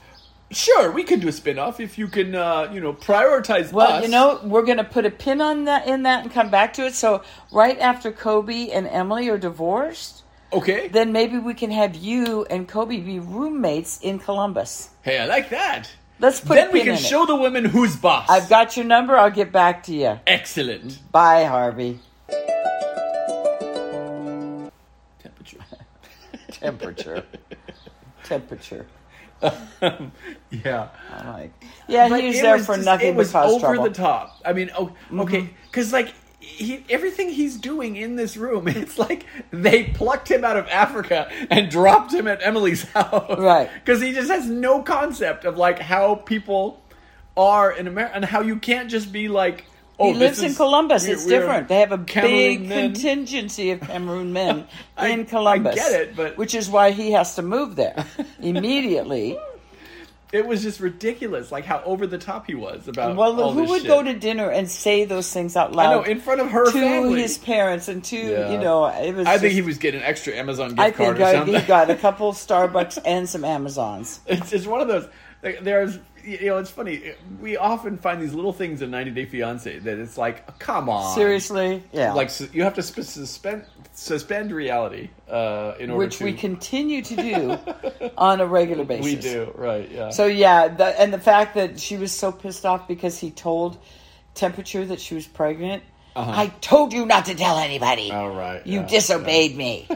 A: sure, we can do a spin-off if you can, uh, you know, prioritize.
B: Well,
A: us.
B: you know, we're going to put a pin on that in that and come back to it. So, right after Kobe and Emily are divorced,
A: okay.
B: then maybe we can have you and Kobe be roommates in Columbus.
A: hey, I like that.
B: Let's put
A: then
B: a
A: we
B: pin
A: can
B: in
A: show
B: It.
A: the women who's boss.
B: I've got your number. I'll get back to you.
A: excellent
B: Bye, Harvey.
A: temperature.
B: Temperature. Temperature.
A: yeah.
B: I'm like, yeah,
A: But
B: he was
A: it
B: there
A: was
B: for
A: just-
B: nothing
A: It was
B: but cause
A: over
B: trouble. Mm-hmm.
A: the top. I mean, oh, okay, because like he, everything he's doing in this room, it's like they plucked him out of Africa and dropped him at Emily's house,
B: Right.
A: Because he just has no concept of like how people are in America and how you can't just be like. Oh,
B: He
A: this
B: lives in
A: is-
B: Columbus.
A: we-
B: it's
A: we're
B: different. They have a
A: Cameroon
B: big
A: men.
B: contingency of Cameroon men
A: I- I
B: in Columbus.
A: get it, but-
B: which is why he has to move there immediately.
A: It was just ridiculous, like how over the top he was about.
B: well,
A: all
B: who
A: this
B: would
A: shit.
B: go to dinner and say those things out
A: I
B: loud?
A: know in front of her
B: to
A: family.
B: his parents and to
A: Yeah.
B: you know, it was.
A: I think
B: just-
A: he was getting extra Amazon gift
B: I
A: card
B: think
A: or
B: I,
A: something.
B: he got a couple Starbucks and some Amazons.
A: It's it's one of those. like, There's you know, it's funny. We often find these little things in 90 Day Fiance that it's like, come on,
B: Seriously, yeah.
A: Like su- you have to sp- suspend suspend reality uh, in order
B: which
A: to
B: we continue to do on a regular basis.
A: we do right yeah.
B: So yeah, the, and the fact that she was so pissed off because he told Temperature that she was pregnant. I told you not to tell anybody.
A: Uh-huh. all Oh, right,
B: You
A: yeah,
B: disobeyed me.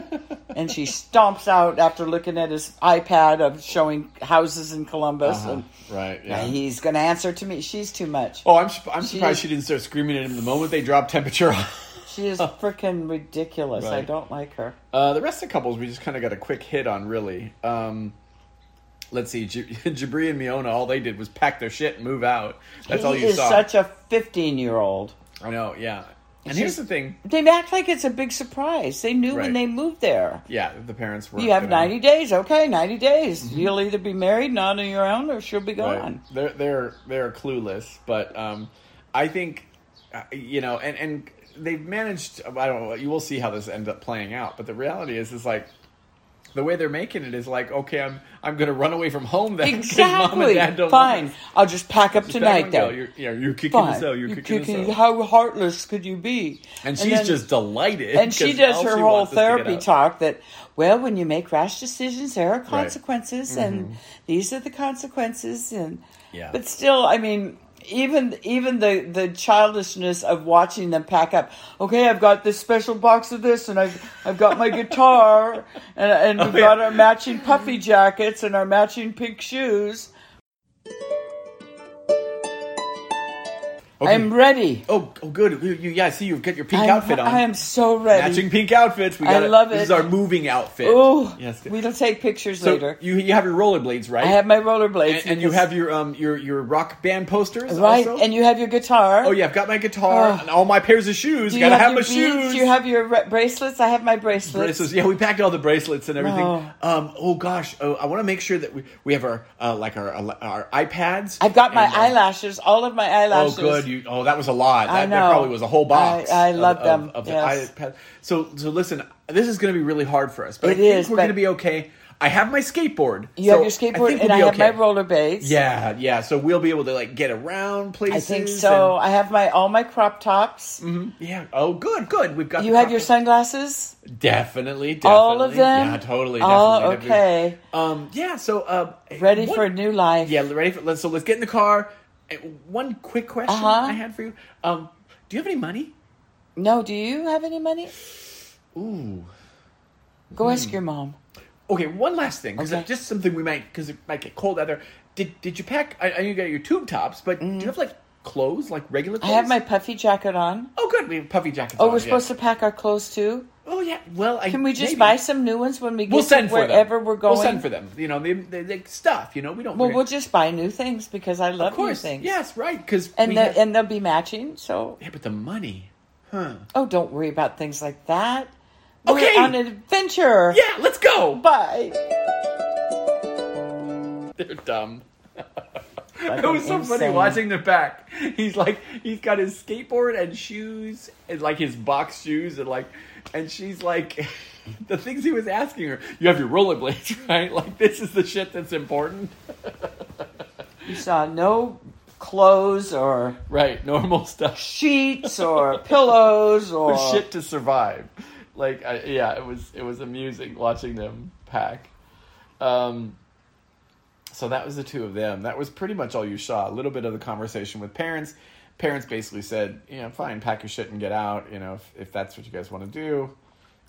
B: and she stomps out after looking at his iPad of showing houses in Columbus.
A: yeah. Uh-huh,
B: And
A: right yeah.
B: he's going to answer to me. She's too much.
A: Oh, I'm su- I'm surprised
B: is-
A: she didn't start screaming at him the moment they dropped temperature.
B: She is freaking ridiculous. I
A: Right.
B: don't like her.
A: uh, the rest of the couples we just kind of got a quick hit on really. Um, let's see, J- Jabri and Miona, all they did was pack their shit and move out. That's
B: he
A: all you
B: is
A: saw.
B: such a 15 year old.
A: I know, yeah. And
B: It's
A: here's
B: just-
A: the thing.
B: They act like it's a big surprise. They knew
A: Right.
B: when they moved there.
A: Yeah, the parents were.
B: You have
A: gonna- Mm-hmm.
B: 90 days. Okay, 90 days. You'll either be married and on your own or she'll be
A: Right.
B: gone.
A: They're they're they're clueless, but um, I think uh, you know, and and they've managed. I don't know. You will see how this ends up playing out, but the reality is, is like the way they're making it is like, okay, I'm I'm gonna run away from home then 'cause mom and
B: Exactly.
A: dad don't
B: Fine.
A: Want us.
B: I'll just pack up
A: Just
B: tonight,
A: back on go.
B: though.
A: You're, yeah, you're kicking
B: Fine.
A: us out. You're,
B: You
A: kicking, us out.
B: How heartless could you be?
A: And she's
B: then-
A: just delighted.
B: And she
A: 'cause
B: does
A: all
B: her
A: she
B: whole
A: wants is to get
B: therapy
A: out.
B: talk that, well, when you make rash decisions, there are consequences, and these are the consequences. And
A: Yeah.
B: but still, I mean, even even the the childishness of watching them pack up. Okay, I've got this special box of this, and I've I've got my guitar, and and we've
A: Oh, yeah.
B: got our matching puffy jackets and our matching pink shoes.
A: Okay.
B: I'm ready.
A: Oh, oh, good. You, Oh, you- yeah, I see you've got your pink
B: I'm-
A: outfit on.
B: I am so ready.
A: Matching pink outfits. We
B: I
A: got
B: love
A: This
B: it.
A: is our moving outfit.
B: Oh,
A: yes.
B: we'll take pictures
A: so
B: later.
A: you you have your rollerblades, right?
B: I have my rollerblades,
A: and, and you have your um your your rock band posters,
B: right,
A: Also?
B: and you have your guitar.
A: oh yeah, I've got my guitar
B: Oh.
A: and all my pairs of shoes.
B: Do you
A: Gotta
B: have,
A: have,
B: your
A: my
B: beads?
A: shoes.
B: Do you have your re- bracelets? I have my bracelets.
A: bracelets. Yeah, we packed all the bracelets and everything.
B: Oh.
A: Um, oh gosh, oh, I want to make sure that we, we have our uh, like our our iPads.
B: I've got my
A: and, uh,
B: eyelashes, all of my
A: Oh,
B: eyelashes.
A: good. You, oh, that was a lot. That,
B: I
A: that
B: know.
A: probably was a whole box.
B: I- I love them.
A: Of, the
B: Yes.
A: iPad. So, so listen. This is going to be really hard for us, but I
B: It
A: think
B: is,
A: we're
B: but-
A: going to be okay. I have my skateboard.
B: You have your
A: so
B: skateboard,
A: think
B: and
A: we'll
B: I
A: be
B: have my
A: okay.
B: rollerblades.
A: Yeah, yeah. So we'll be able to like get around places.
B: I think so.
A: and-
B: I have my all my crop tops.
A: yeah. Oh, good, good. We've got
B: You
A: the
B: have your
A: proper-
B: sunglasses,
A: definitely, definitely.
B: all of them.
A: Yeah, totally.
B: Oh,
A: definitely, definitely.
B: okay.
A: Um, yeah. So, uh,
B: Ready
A: what-
B: for a new life?
A: Yeah, ready for let's so let's get in the car. Uh, One quick question
B: Uh-huh.
A: I had for you. Um, do you have any money?
B: No, do you have any money?
A: Ooh.
B: Go
A: Hmm.
B: ask your mom.
A: Okay, one last thing, 'cause
B: Okay.
A: it's just something we might because it might get cold out there. Did did you pack? I, I know you got your tube tops, but do you have like clothes, like regular?
B: Mm. I
A: clothes?
B: have my puffy jacket on.
A: Oh, good. We have puffy jackets.
B: Oh,
A: on,
B: we're
A: yeah.
B: supposed to pack our clothes too.
A: Oh yeah. Well, I,
B: Can we just
A: maybe.
B: buy some new ones when we get
A: We'll send
B: to
A: for them.
B: wherever we're going?
A: We'll send for them. You know, they, they, they stuff. You know, we don't.
B: Well,
A: we're-
B: we'll just buy new things because I love
A: of course.
B: new things.
A: Yes, right. Because
B: and
A: we
B: the,
A: have-
B: and they'll be matching. So
A: yeah, but the money, huh?
B: oh, don't worry about things like that.
A: Okay.
B: We're on an adventure.
A: Yeah, let's go.
B: Bye.
A: They're dumb. it
B: Fucking
A: was so funny
B: insane.
A: watching the back. He's like, he's got his skateboard and shoes, and like his box shoes, and like, and she's like, the things he was asking her. You have your rollerblades, right? Like, this is the shit that's important,
B: You saw no clothes or
A: right? Normal stuff,
B: sheets or pillows or
A: Oh, shit to survive. Like, I, yeah, it was it was amusing watching them pack. Um, so that was the two of them. That was pretty much all you saw. A little bit of the conversation with parents. Parents basically said, you know, fine, pack your shit and get out. You know, if, if that's what you guys want to do.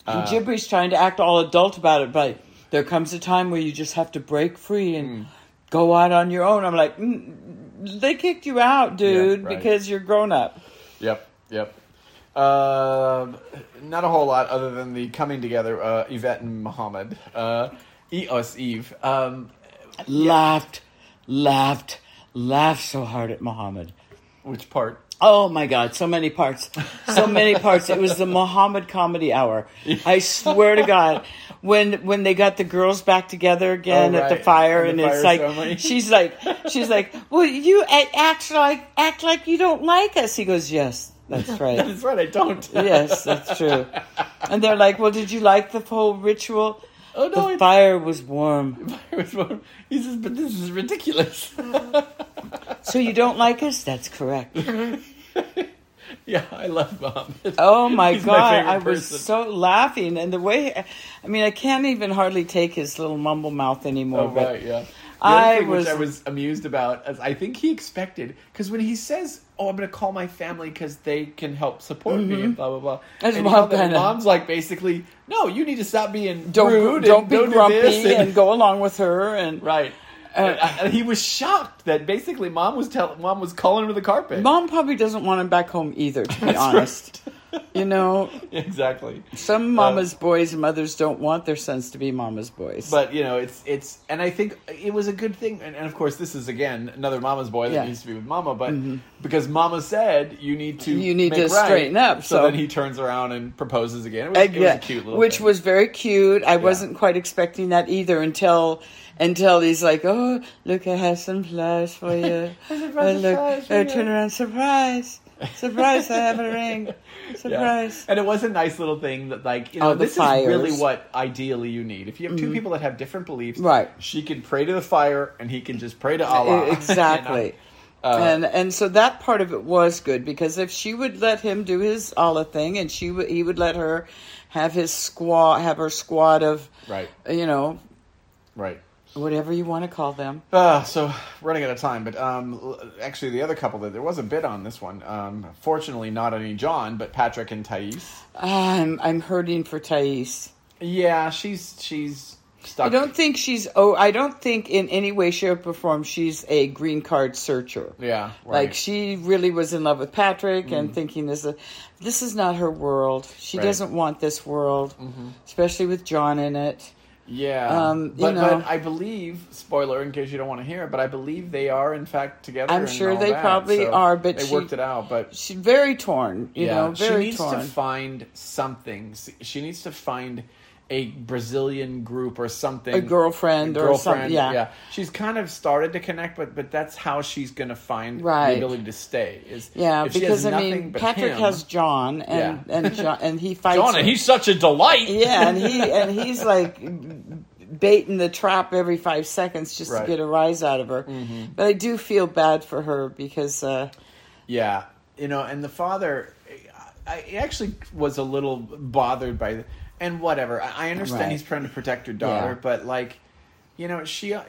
B: And
A: Uh.
B: Ghibli's trying to act all adult about it, but there comes a time where you just have to break free and
A: Hmm.
B: go out on your own. I'm like, mm, they kicked you out, dude,
A: right.
B: because you're grown up.
A: Yep, yep. Um not a whole lot other than the coming together, uh, Yvette and Muhammad, uh, E- us Eve. Um,
B: Laughed, laughed, laughed so hard at Muhammad.
A: which part?
B: Oh my God, so many parts. So many parts. It was the Muhammad comedy hour. I swear to God. When when they got the girls back together again
A: Oh,
B: at the
A: right,
B: fire
A: and
B: and,
A: the fire
B: it's like
A: ceremony.
B: she's like she's like, Well you a- act like act like you don't like us. He goes, Yes, that's right.
A: That's right, I don't.
B: yes, that's true. And they're like, Well did you like the whole ritual?
A: Oh, no,
B: the
A: I-
B: fire was warm.
A: he says, but this is ridiculous.
B: So you don't like us? That's correct.
A: yeah, I love Muhammad.
B: Oh my
A: He's my
B: god,
A: favorite
B: I was
A: person.
B: so laughing and the way I mean I can't even hardly take his little mumble mouth anymore.
A: Oh,
B: but
A: right, yeah. The
B: I
A: other thing
B: was-
A: which I was amused about is I think he expected because when he says, "Oh, I'm going to call my family because they can help support me," and blah blah blah,
B: Mm-hmm. That's
A: and
B: Mom
A: how the
B: Bennett.
A: mom's like basically, "No, you need to stop being
B: Don't
A: rude, and
B: don't be
A: don't do
B: grumpy
A: this
B: and, Uh, go along with her and
A: right." And I- and he was shocked that basically mom was telling mom was calling him to the carpet.
B: Mom probably doesn't want him back home either, to be
A: That's
B: honest. You know,
A: exactly.
B: some
A: Uh,
B: mama's boys and mothers don't want their sons to be mama's boys.
A: But you know, it's it's, and I think it was a good thing. And, and of course, this is again another mama's boy that
B: Yeah. Mm-hmm.
A: needs to be with mama, but because mama said you need to,
B: You need
A: make
B: to straighten up, so-
A: then he turns around and proposes again. It was,
B: I-
A: it was
B: Uh, yeah,
A: a cute little,
B: which
A: thing.
B: was very cute. I wasn't quite expecting that either until until he's like, "Oh, look, I have some flowers for you.
A: I have some
B: oh, look,
A: flowers for
B: oh,
A: you."
B: turn around, surprise." Surprise! I have a ring.
A: Yeah.
B: Surprise.
A: And it was a nice little thing that, like, you know,
B: Oh, the
A: this is really
B: fires. Mm-hmm.
A: what ideally you need. If you have two people that have different beliefs,
B: Right.
A: She can pray to the fire, and he can just pray to Allah. you
B: E-
A: know? Uh,
B: Exactly. and and so that part of it was good because if she would let him do his Allah thing and she would he would let her have his squad have her squad of
A: Right.
B: you know
A: Right.
B: whatever you want to call them
A: Uh, so running out of time, but um, l- actually the other couple that there was a bit on this one. Um, fortunately, not any John, but Patrick and Thais.
B: I'm I'm hurting for Thais
A: Yeah, she's she's stuck.
B: I don't think she's oh I don't think in any way shape or form she's a green card searcher
A: Yeah, right. Mm-hmm.
B: Like she really was in love with Patrick and thinking this is this is not her world. She
A: Right. Mm-hmm.
B: doesn't want this world, especially with John in it.
A: yeah.
B: um, you
A: but,
B: know.
A: but I believe spoiler in case you don't want to hear it, but I believe they are in fact together.
B: I'm
A: and
B: sure
A: all
B: they
A: that,
B: probably
A: so
B: are, but
A: they
B: she-
A: worked it out. But
B: She's very torn, you
A: yeah,
B: know, very
A: she needs
B: torn.
A: to find something. S- She needs to find a Brazilian group or something.
B: a girlfriend or something. Yeah.
A: She's kind of started to connect, but but that's how she's going to find
B: Right.
A: the ability to stay. Is
B: Yeah,
A: if she has
B: because I
A: nothing
B: mean
A: but
B: Patrick
A: him-
B: has John and
A: Yeah.
B: and John and he fights
A: Donna,
B: her.
A: he's such a delight.
B: Yeah, and he and he's like baiting the trap every 5 seconds just
A: Right. Mm-hmm.
B: to get a rise out of her. But I do feel bad for her because uh
A: Yeah, you know, and the father, I I actually was a little bothered by, and whatever. I I understand
B: Right.
A: he's trying to protect her daughter,
B: Yeah.
A: but like, you know, she. uh,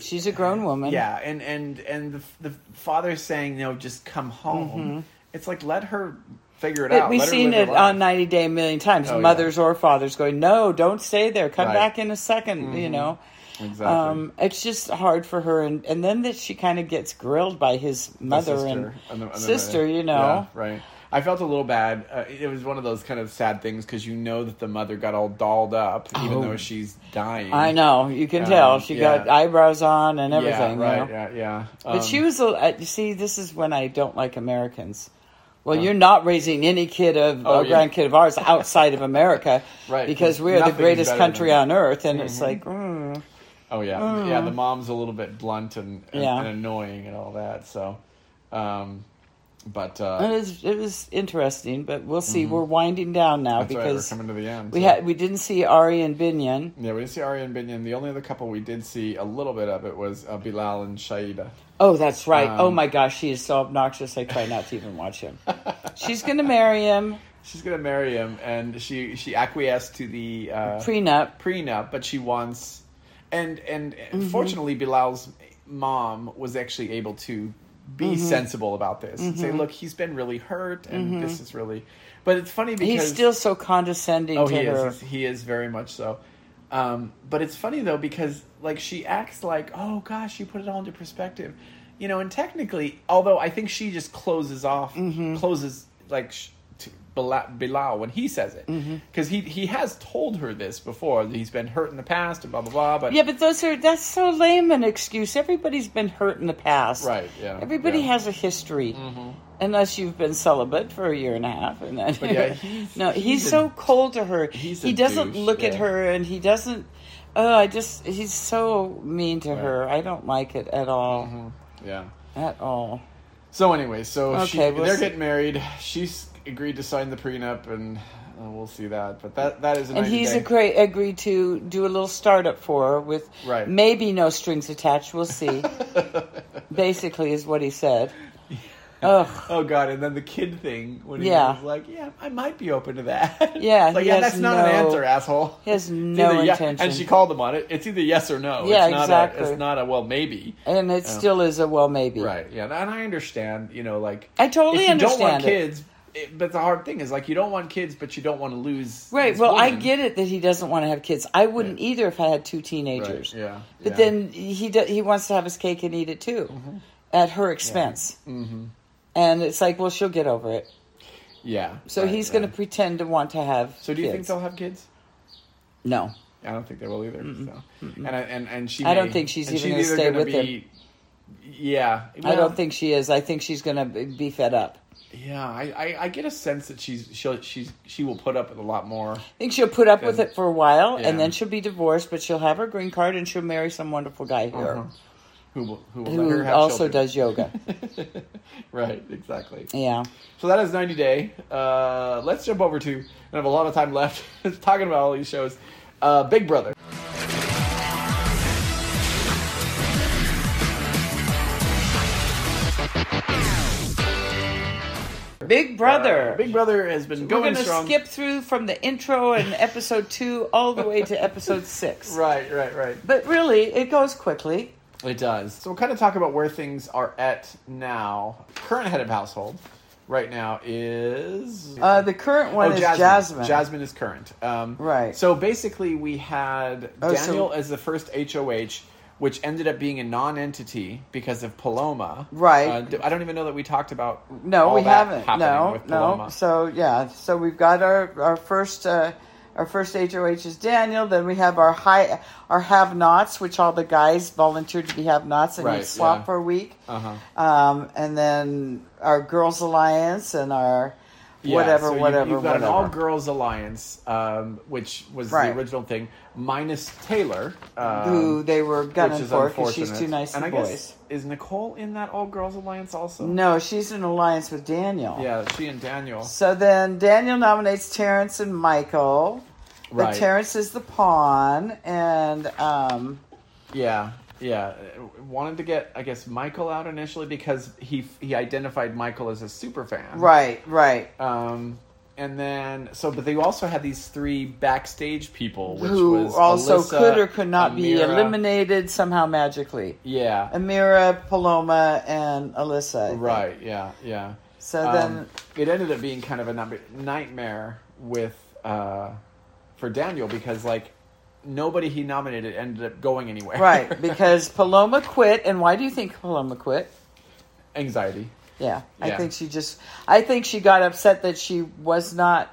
B: she's a grown woman.
A: Yeah, and and and the the father saying, "No, just come home." It's like let her figure it
B: But
A: out.
B: we've
A: Let her
B: seen
A: live her
B: Mm-hmm. it
A: life.
B: on 90 Day a million times.
A: Oh, yeah.
B: Mothers or fathers going, no, don't stay there. Come
A: Right. Mm-hmm.
B: back in a 2nd you know.
A: Exactly.
B: Um, it's just hard for her. And, and then that she kind of gets grilled by his mother and,
A: the- the-
B: sister, you
A: yeah,
B: know.
A: right. I felt a little bad. Uh, it was one of those kind of sad things because you know that the mother got all dolled up, even
B: Oh.
A: though she's dying.
B: I know. You can
A: Um,
B: tell. She got
A: yeah.
B: eyebrows on and
A: Yeah,
B: everything. you
A: right.
B: know?
A: Yeah, yeah. Um,
B: But she was, a, uh, you see, this is when I don't like Americans. Well, you're not raising any kid of
A: Oh,
B: a
A: yeah.
B: grandkid of ours outside of America,
A: Right,
B: Because
A: 'cause
B: we are the
A: nothing is
B: greatest
A: better than- Mm-hmm.
B: country on earth, and it's like, mm.
A: Oh yeah, yeah. The mom's a little bit blunt and and,
B: uh, Yeah.
A: and annoying and all that. So, um, but
B: It
A: uh,
B: was it was interesting, but we'll see. We're winding down now
A: Mm-hmm. that's right. We're
B: because
A: coming to the end.
B: we
A: so.
B: had we didn't see Ari and Binyan.
A: Yeah, we didn't see Arya and Binyan. The only other couple we did see a little bit of it was uh, Bilal and Shaida.
B: Oh, that's right. oh
A: Um,
B: my gosh, she is so obnoxious. I try not to even watch him. She's going to marry him,
A: She's gonna marry him, and she she acquiesced to the uh,
B: prenup.
A: prenup, but she wants, and and fortunately, Bilal's mom was actually able to be sensible about this and say, look, he's been really hurt, and this is really. But it's funny because
B: He's still so condescending
A: Oh,
B: to
A: he
B: her.
A: is. He's- He is very much so. Um, but it's funny though because like she acts like, oh gosh, you put it all into perspective, you know. And technically, although I think she just closes off,
B: Mm-hmm.
A: closes like sh- to Bila- Bilal when he says it
B: Mm-hmm.
A: because he he has told her this before. that He's been hurt in the past and blah blah blah. But
B: Yeah, but those are that's so lame an excuse. Everybody's been hurt in the past.
A: Right, yeah,
B: Everybody
A: yeah. Mm-hmm.
B: has a history. Unless you've been celibate for a year and a half, and then
A: But yeah, he's-
B: no, he's,
A: he's a-
B: so cold to her.
A: he's a
B: He doesn't
A: douche,
B: look at
A: yeah.
B: her, and he doesn't. Oh, I just he's so mean to her. I don't like it at all,
A: Mm-hmm. yeah.
B: at all.
A: So anyway, so she,
B: Okay, we'll
A: they're
B: see.
A: getting married. She's agreed to sign the prenup, and uh, we'll see that. But that that is a
B: And
A: 90
B: he's
A: day.
B: agree, agreed to do a little startup for her with
A: Right.
B: maybe no strings attached. We'll see. Basically, is what he said. Ugh.
A: Oh god! And then the kid thing when he
B: Yeah.
A: was like, "Yeah, I might be open to that."
B: Yeah,
A: It's like
B: he
A: yeah,
B: has
A: that's not an
B: no-
A: answer, asshole.
B: He has
A: It's
B: no
A: either yeah-
B: intention.
A: And she called him on it. It's either yes or no.
B: Yeah,
A: it's not A,
B: exactly.
A: it's not a well, maybe.
B: And it still is a well, maybe.
A: Oh. Right. Yeah, and I understand. You know, like
B: I totally
A: if you don't want
B: understand it.
A: kids. It, but the hard thing is, like, you don't want kids, but you don't want to lose.
B: Right.
A: this
B: Well, I
A: woman.
B: get it that he doesn't want to have kids. I wouldn't either if I had two
A: Right,
B: teenagers.
A: Yeah.
B: But
A: yeah. Mm-hmm.
B: then he do, he wants to have his cake and eat it too, at her expense. Mm-hmm. And it's like, well, she'll get over it.
A: yeah.
B: So
A: right,
B: he's
A: yeah.
B: going to pretend to want to have.
A: So do you think
B: kids.
A: they'll have kids?
B: No.
A: I don't think they will either. So. And I, and and she.
B: I don't
A: may-
B: think she's
A: and
B: even
A: she's
B: gonna
A: either gonna
B: stay with
A: be- Yeah,
B: I
A: well,
B: don't think she is. I think she's going to be fed up.
A: Yeah, I, I, I get a sense that she's she'll she's she will put up with a lot more.
B: I think she'll put up with
A: Good.
B: it for a while,
A: Yeah.
B: and then she'll be divorced. But she'll have her green card, and she'll marry some wonderful guy here.
A: Uh-huh. who will, who will let her
B: who
A: have
B: also
A: children.
B: does yoga.
A: right, exactly.
B: yeah.
A: So that is 90 Day. Uh, let's jump over to, I have a lot of time left talking about all these shows. Uh, Big Brother.
B: Big Brother.
A: Big Brother has been
B: We're
A: going
B: gonna
A: strong.
B: skip through from the intro and episode two all the way to episode six.
A: Right, right, right.
B: But really, it goes quickly.
A: It does. So we'll kind of talk about where things are at now. Current head of household right now is.
B: Uh, the current one is Jasmine.
A: Oh, Jasmine is current. Um,
B: Right.
A: So basically, we had
B: Oh, so-
A: Daniel as the first HOH, which ended up being a non-entity because of Paloma.
B: Right.
A: Uh, d- I don't even know that we talked about.
B: No,
A: all
B: we
A: that
B: haven't.
A: happening
B: No,
A: with
B: no.
A: Paloma.
B: So yeah, so we've got our our first uh, our first HOH is Daniel. Then we have our high our have nots, which all the guys volunteered to be have nots and
A: Right,
B: you swap
A: yeah.
B: for a week.
A: Uh-huh.
B: Um, and then our girls alliance and our
A: Yeah,
B: whatever,
A: so you-
B: whatever,
A: You've got
B: whatever.
A: an all girls alliance, um, which was
B: Right.
A: the original thing, minus Taylor, um,
B: who they were
A: which
B: gunning
A: is
B: for because she's
A: unfortunate.
B: too nice
A: and
B: to
A: I
B: boys.
A: guess is Nicole in that all girls alliance also?
B: No, she's in alliance with Daniel.
A: Yeah, she and Daniel.
B: So then Daniel nominates Terrence and Michael. But
A: Right.
B: Terrence is the pawn, and um,
A: Yeah, yeah. Wanted to get, I guess, Michael out initially because he he identified Michael as a super fan.
B: right, right.
A: Um, and then so, but they also had these three backstage people, which
B: Who
A: was
B: also
A: Alyssa,
B: could or could not be
A: Amira-
B: eliminated somehow magically.
A: Yeah.
B: Amira, Paloma, and Alyssa. I think.
A: Right. Yeah. Yeah.
B: So
A: Um,
B: then,
A: it ended up being kind of a number, nightmare with uh, for Daniel because like nobody he nominated ended up going anywhere.
B: right, because Paloma quit, and why do you think Paloma quit?
A: Anxiety.
B: Yeah, I
A: Yeah.
B: think she just, I think she got upset that she was not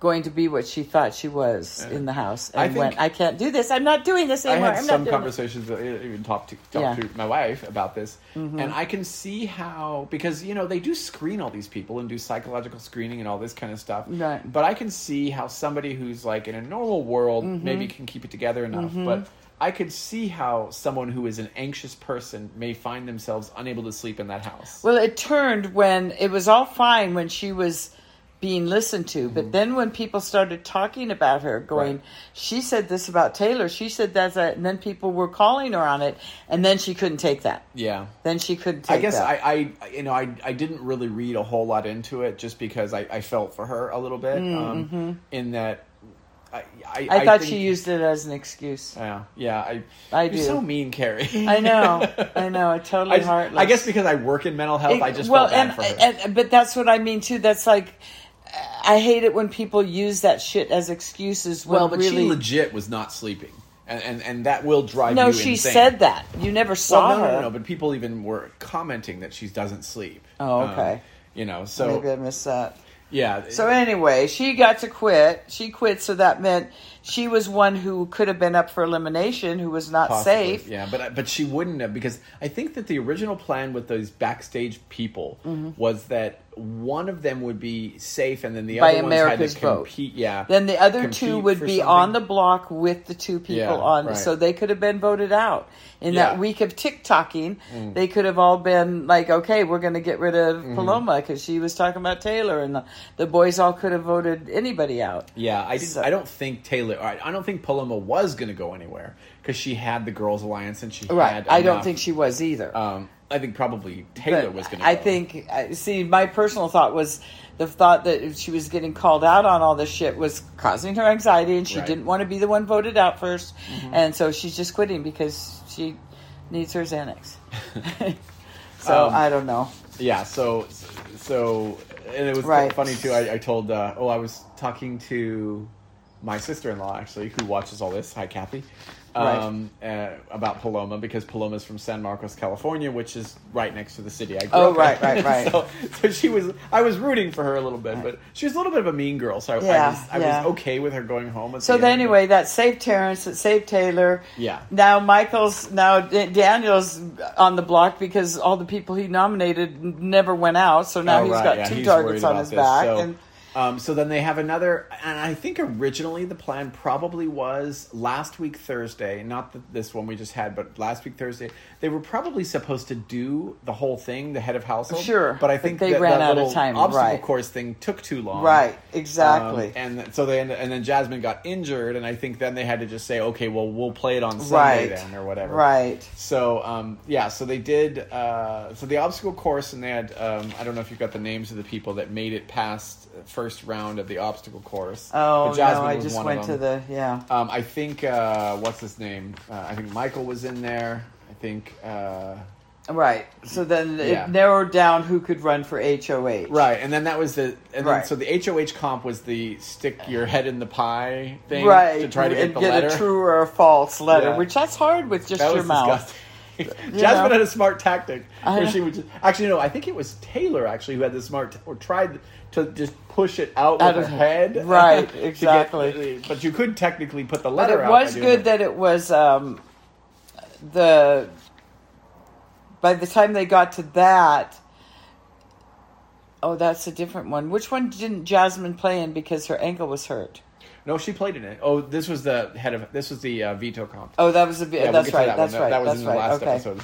B: going to be what she thought she was in the house, and
A: I think-
B: went, "I can't do this. I'm not doing this anymore.
A: I had
B: am
A: some
B: not doing this."
A: conversations that I even talked to talk
B: Yeah. Mm-hmm.
A: to my wife about this, and I can see how because you know they do screen all these people and do psychological screening and all this kind of stuff.
B: Right.
A: But I can see how somebody who's like in a normal world
B: Mm-hmm.
A: maybe can keep it together enough, but. I could see how someone who is an anxious person may find themselves unable to sleep in that house.
B: Well, it turned when it was all fine when she was being listened to, but then when people started talking about her, going,
A: Mm-hmm. Right.
B: she said this about Taylor, she said that's that, and then people were calling her on it, and then she couldn't take that.
A: Yeah.
B: Then she couldn't take
A: I guess
B: that.
A: I, I, you know, I, I didn't really read a whole lot into it just because I, I felt for her a little bit. Um, in that, I, I,
B: Mm, mm-hmm. I thought
A: think-
B: she used it as an excuse.
A: Yeah, yeah. I,
B: I
A: you're
B: do.
A: so mean, Carrie.
B: I know, I know, I totally
A: I, just-
B: heartless.
A: I guess because I work in mental health, I just felt bad
B: and,
A: for her.
B: and but that's what I mean too. That's like. I hate it when people use that shit as excuses. When
A: well, but
B: really,
A: she legit was not sleeping, and and, and that will drive
B: no,
A: you
B: she
A: insane.
B: said that. You never saw
A: Well, no,
B: her.
A: no, no, no, but people even were commenting that she doesn't sleep.
B: Oh,
A: Um,
B: okay.
A: you know, so
B: Maybe I missed that.
A: yeah.
B: So anyway, she got to quit. She quit, so that meant she was one who could have been up for elimination, who was not
A: Possibly,
B: safe.
A: Yeah, but but she wouldn't have because I think that the original plan with those backstage people
B: Mm-hmm.
A: was that one of them would be safe and then the
B: By
A: other ones
B: America's
A: had to
B: vote.
A: compete. Yeah.
B: Then the other
A: compete
B: two would
A: for
B: be
A: something.
B: on the block with the two people
A: Yeah,
B: on,
A: right.
B: so they could have been voted out. In that
A: Yeah. Mm.
B: week of TikToking, they could have all been like, "Okay, we're going to get rid of
A: Mm-hmm.
B: Paloma because she was talking about Taylor," and the, the boys all could have voted anybody out.
A: Yeah, I didn't,
B: So-
A: I don't think Taylor. all right, I don't think Paloma was going to go anywhere because she had the Girls Alliance and she
B: Right?
A: had.
B: I don't
A: enough.
B: think she was either.
A: Um, I think probably Taylor
B: But
A: was going to.
B: I think. I- See, my personal thought was the thought that she was getting called out on all this shit was causing her anxiety, and she
A: Right. Mm-hmm.
B: didn't want to be the one voted out 1st and so she's just quitting because she needs her Xanax. so
A: Um,
B: I don't know.
A: Yeah, so so and it was
B: Right.
A: funny too. I, I told uh, oh I was talking to my sister in law actually who watches all this. Hi Kathy. Um, uh, about Paloma because Paloma's from San Marcos, California, which is right next to the city I grew
B: Oh,
A: up
B: right,
A: in.
B: right, right.
A: so, so she was, I was rooting for her a little bit, but she was a little bit of a mean girl, so I, I,
B: Yeah,
A: was, I
B: yeah.
A: was okay with her going home. At
B: So
A: the
B: then,
A: end, but-
B: anyway, that saved Terrence. That saved Taylor.
A: Yeah.
B: Now Michael's now D- Daniel's on the block because all the people he nominated n- never went out. So now
A: Oh,
B: he's
A: right,
B: got
A: yeah,
B: two
A: he's worried
B: targets on
A: about
B: his
A: this,
B: back,
A: so,
B: and
A: Um, so then they have another, and I think originally the plan probably was last week Thursday, not the, this one we just had, but last week Thursday. They were probably supposed to do the whole thing, the head of household.
B: Sure,
A: but I
B: but
A: think
B: they
A: that-
B: ran
A: that
B: out of
A: little
B: time,
A: Obstacle
B: right.
A: course thing took too long.
B: Right, exactly.
A: Um, and th- so they ended, and then Jasmine got injured, and I think then they had to just say, okay, well we'll play it on Sunday
B: Right.
A: then or whatever.
B: Right.
A: So um, yeah, so they did. Uh, so the obstacle course, and they had. Um, I don't know if you've got the names of the people that made it past the first round of the obstacle course.
B: Oh
A: But Jasmine
B: no, I
A: was
B: just
A: one of
B: went to
A: them.
B: the yeah.
A: Um, I think uh, what's his name? Uh, I think Michael was in there. I think. Uh,
B: Right. So then
A: Yeah.
B: it narrowed down who could run for HOH.
A: Right, and then that was the and then,
B: Right.
A: so the HOH comp was the stick your head in the pie thing
B: Right.
A: to try to get
B: and
A: the
B: get
A: letter.
B: a true or a false letter,
A: Yeah.
B: which that's hard with just
A: that
B: your
A: was
B: mouth.
A: disgusting.
B: You
A: Jasmine
B: know? Uh-huh.
A: had a smart tactic
B: I
A: where
B: know.
A: she would just, actually no, I think it was Taylor actually who had the smart t- or tried to just push it out with
B: Out
A: her
B: of-
A: head.
B: Right,
A: to get-
B: exactly.
A: but you could technically put the
B: But
A: letter.
B: it
A: out by
B: was
A: doing
B: good that it was um, the. By the time they got to that, oh, that's a different one. Which one didn't Jasmine play in because her ankle was hurt?
A: no, she played in it. Oh, this was the head of this was the uh, veto comp.
B: Oh, that was a.
A: Yeah, we'll
B: that's
A: get to
B: right.
A: that one.
B: that's
A: That-
B: right.
A: That was
B: that's
A: in the
B: right.
A: last
B: okay.
A: episode.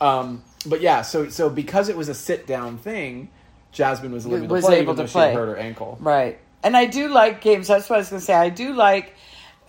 A: Um, but yeah, so so because it was a sit down thing, Jasmine was able to
B: Was
A: play,
B: able
A: even
B: to
A: though
B: play.
A: she hurt her ankle.
B: Right. And I do like games. That's what I was going to say. I do like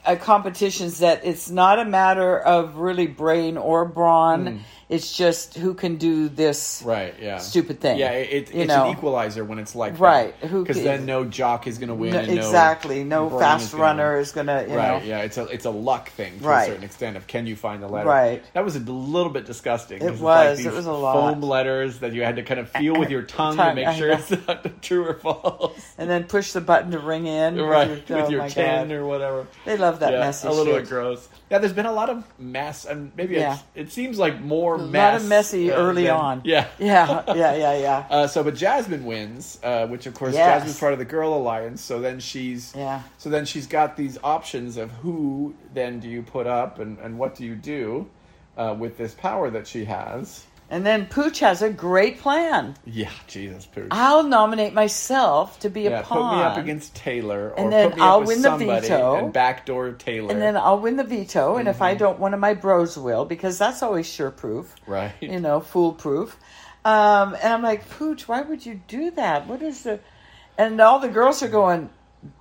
B: uh, competitions that it's not a matter of really brain or brawn. It's just who can do this.
A: Hmm. Right. Yeah.
B: Stupid thing,
A: Yeah. It,
B: you
A: it's
B: know.
A: an equalizer when it's like
B: Right, who
A: Because
B: ca-
A: then no jock is going to win.
B: No-
A: and no
B: exactly. No
A: brain is
B: fast
A: gonna
B: runner
A: win.
B: is going to, you
A: Right.
B: know.
A: Yeah. It's a it's a luck thing to
B: Right.
A: a certain extent of can you find the letter.
B: Right.
A: That was a little bit disgusting. 'cause
B: It
A: it's like
B: was,
A: these
B: it was a lot.
A: Foam letters that you had to kind of feel with your tongue to
B: Tongue,
A: make
B: I
A: sure
B: know.
A: it's not true or false.
B: And then push the button to ring in.
A: Right.
B: With
A: With
B: your,
A: your,
B: oh my
A: chin
B: God.
A: or whatever.
B: They love that
A: yeah,
B: messy
A: a little
B: shit.
A: bit gross. Yeah, there's been a lot of mess, and maybe it's, it seems like more
B: lot of
A: mess.
B: messy
A: uh,
B: early
A: than-
B: on.
A: Yeah.
B: Yeah, yeah, yeah, yeah.
A: Uh, so, but Jasmine wins, uh, which of course
B: Yes.
A: Jasmine's part of the Girl Alliance. So then she's
B: Yeah.
A: So then she's got these options of who then do you put up and, and what do you do uh, with this power that she has.
B: And then Pooch has a great plan.
A: Yeah, Jesus, Pooch.
B: I'll nominate myself to be
A: yeah,
B: a pawn.
A: put me up against Taylor, or
B: And then
A: put me
B: I'll
A: up with
B: win the
A: somebody
B: veto.
A: and backdoor Taylor.
B: And then I'll win the veto, and if I
A: Mm-hmm.
B: don't, one of my bros will, because that's always sure proof,
A: right.
B: you know, foolproof. Um, and I'm like, Pooch, why would you do that? What is the. And all the girls are going,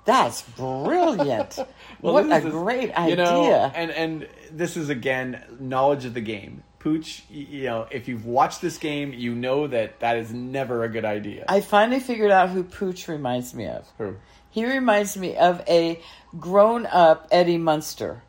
B: that's brilliant.
A: Well,
B: what
A: this
B: a
A: is-
B: great idea.
A: you know, and and this is again knowledge of the game. Pooch, y- you know, if you've watched this game, you know that that is never a good idea.
B: I finally figured out who Pooch reminds me of.
A: Who?
B: He reminds me of a grown up Eddie Munster.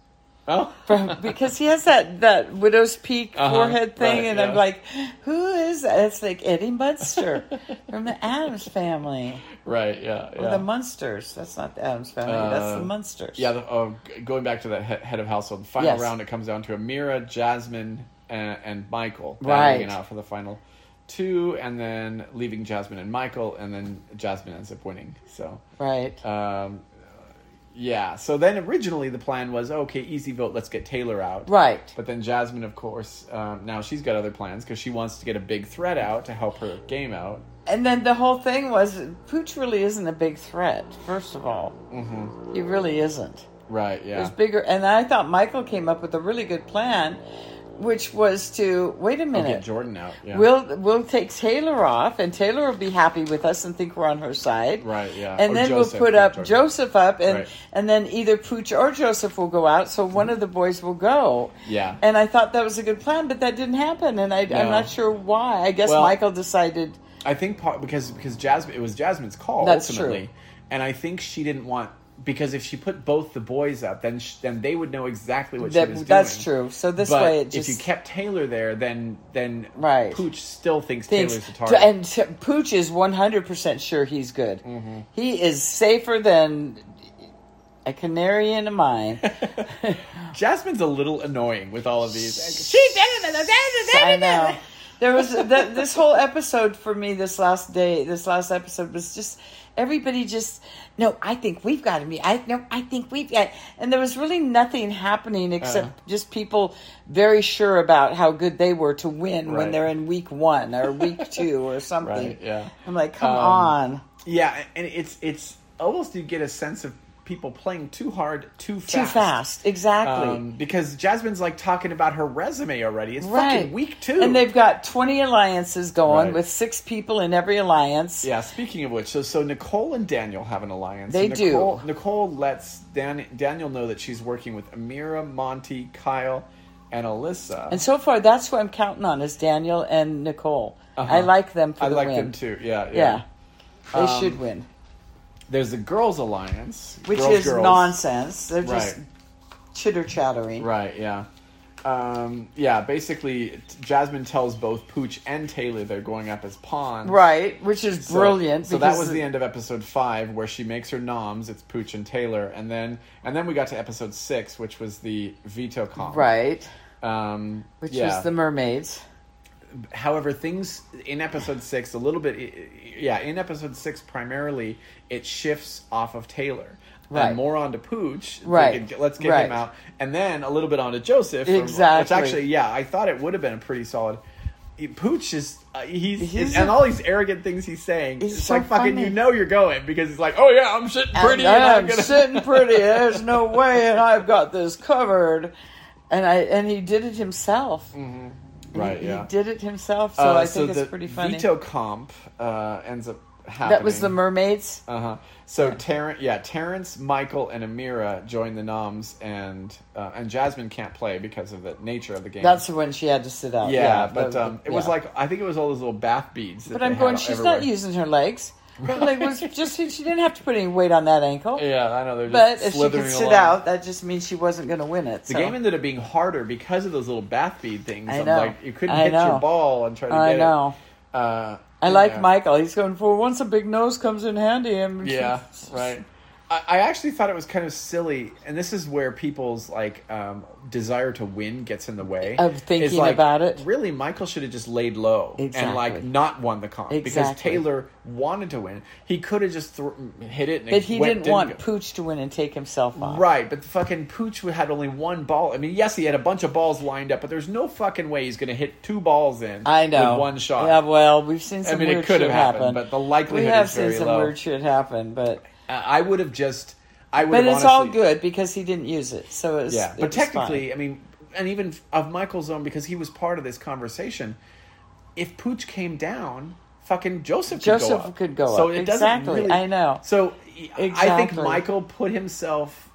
A: Oh,
B: from because he has that that widow's peak
A: Uh-huh,
B: forehead thing,
A: right,
B: and I'm
A: yeah.
B: like, who is that? It's like Eddie Munster from the Adams Family
A: right, yeah,
B: or
A: yeah.
B: the Munsters. That's not the Adams Family. that's the
A: Uh,
B: Munsters.
A: yeah, the, oh, g- going back to that he- head of household final
B: Yes.
A: round, it comes down to Amira, Jasmine, and, and Michael
B: Right.
A: battling it out for the final two, and then leaving Jasmine and Michael, and then Jasmine ends up winning. So
B: right.
A: Um, yeah. So then originally the plan was okay, easy vote. Let's get Taylor out.
B: Right.
A: But then Jasmine, of course, um, now she's got other plans because she wants to get a big threat out to help her game out.
B: And then the whole thing was Pooch really isn't a big threat. First of all, mm-hmm. he really isn't.
A: Right. Yeah.
B: There's bigger, and I thought Michael came up with a really good plan, which was to wait a minute.
A: Get Jordan out. Yeah.
B: We'll we'll take Taylor off, and Taylor will be happy with us and think we're on her side.
A: Right, yeah.
B: And
A: Or
B: then
A: Joseph,
B: we'll put
A: not
B: up
A: Jordan.
B: Joseph up, and
A: Right. Mm-hmm.
B: and then either Pooch or Joseph will go out. So one of the boys will go.
A: Yeah.
B: And I thought that was a good plan, but that didn't happen, and I, I'm
A: No.
B: not sure why. I guess
A: Well-
B: Michael decided.
A: I think part, because because Jasmine it was Jasmine's call
B: That's
A: ultimately,
B: true.
A: and I think she didn't want because if she put both the boys up, then sh then they would know exactly what she was
B: That,
A: doing.
B: that's true. So this
A: but
B: way, it just
A: if you kept Taylor there, then then
B: Right.
A: Pooch still thinks,
B: thinks-
A: Taylor's the target.
B: And t- Pooch is 100% sure he's good.
A: Mm-hmm.
B: He is safer than a canary in a mine.
A: Jasmine's a little annoying with all of these.
B: I know. There was that, this whole episode for me. This last day, this last episode was just everybody just no. I think we've got to be. I no. I think we've got. And there was really nothing happening except
A: Uh-huh.
B: just people very sure about how good they were to win when
A: Right.
B: they're in week one or week two or something.
A: Right, yeah.
B: I'm like, come
A: Um,
B: on.
A: Yeah, and it's it's almost you get a sense of people playing too hard, too fast.
B: Too fast, exactly.
A: Um, because Jasmine's like talking about her resume already. It's fucking week two.
B: And they've got 20 alliances going
A: Right.
B: with six people in every alliance.
A: Yeah, speaking of which, so so Nicole and Daniel have an alliance.
B: They
A: And Nicole,
B: do.
A: Nicole lets Dan, Daniel know that she's working with Amira, Monty, Kyle, and Alyssa.
B: And so far, that's who I'm counting on is Daniel and Nicole.
A: Uh-huh.
B: I like them for
A: I
B: the
A: like
B: win.
A: them too. Yeah, yeah.
B: Yeah. They
A: Um,
B: should win.
A: There's the girls' alliance,
B: Which
A: Girls,
B: is
A: girls.
B: nonsense. They're just
A: Right.
B: chitter chattering.
A: Right. Yeah. Um, yeah. Basically, t- Jasmine tells both Pooch and Taylor they're going up as pawns.
B: Right, which is
A: So-
B: brilliant.
A: So that
B: because
A: was the end of episode five, where she makes her noms. It's Pooch and Taylor, and then and then we got to episode six, which was the veto com.
B: Right,
A: Um,
B: which
A: yeah.
B: was the mermaids.
A: However, things in episode six a little bit. Yeah, in episode six primarily it shifts off of Taylor.
B: Right.
A: And more onto Pooch.
B: Right.
A: Let's get
B: Right.
A: him out. And then a little bit onto Joseph. from- Which
B: Exactly.
A: actually, yeah, I thought it would have been a pretty solid. Pooch is uh, he's,
B: He's
A: and
B: a-
A: all these arrogant things he's saying.
B: He's
A: it's
B: so
A: like fucking
B: funny.
A: you know you're going because he's like, oh yeah, I'm sitting pretty.
B: And
A: and I'm
B: I'm
A: gonna-"
B: sitting pretty. There's no way, and I've got this covered. And I and he did it himself.
A: Mm, Right.
B: He
A: Yeah.
B: did it himself, so
A: Uh,
B: I
A: so
B: think
A: the
B: it's pretty funny.
A: Veto comp uh, ends up happening.
B: that was the mermaids.
A: Uh huh. So Terrence, yeah, Terrence, Michael, and Amira join the noms, and uh, and Jasmine can't play because of the nature of the game.
B: That's the one she had to sit out.
A: yeah, but
B: the-
A: um, it was
B: yeah.
A: like I think it was all those little bath beads. That
B: But
A: they
B: I'm
A: had
B: going. She's
A: everywhere.
B: not using her legs. Her leg was just. She didn't have to put any weight on that ankle.
A: Yeah, I know they're
B: but
A: just
B: if she
A: slithering
B: could sit
A: along.
B: out, that just means she wasn't going to win it.
A: The
B: so.
A: game ended up being harder because of those little bath bead things.
B: I
A: I'm
B: know.
A: like you couldn't
B: I
A: hit
B: know.
A: your ball and try to
B: I
A: get
B: know.
A: it. Uh,
B: I like
A: yeah.
B: Michael. He's going for once a big nose comes in handy. And
A: Yeah, right. I, I actually thought it was kind of silly, and this is where people's like um, desire to win gets in the way
B: Of thinking
A: Is, like,
B: about it.
A: Really, Michael should have just laid low and like
B: Exactly.
A: not won the comp because
B: Exactly.
A: Taylor wanted to win. He could have just thr hit it, and
B: But
A: it
B: he
A: went-
B: didn't want
A: go.
B: Pooch to win and take himself off.
A: Right, but the fucking Pooch had only one ball. I mean, yes, he had a bunch of balls lined up, but there's no fucking way he's going to hit two balls in.
B: I know.
A: with one shot.
B: Yeah, well, we've seen some
A: mean, it
B: weird
A: could have
B: shit
A: happened,
B: happen.
A: but the likelihood
B: We have
A: is
B: seen
A: very
B: some
A: low.
B: weird shit happen, but
A: I I would have just. I would
B: but
A: have
B: it's all
A: honestly-
B: good because he didn't use it. So it's
A: Yeah,
B: it
A: but
B: was
A: technically,
B: fine.
A: I mean, and even of Michael's own because he was part of this conversation. If Pooch came down, fucking Joseph could
B: Joseph
A: go up.
B: could go
A: So
B: up.
A: it doesn't
B: Exactly,
A: really.
B: I know.
A: So I think
B: Exactly.
A: Michael put himself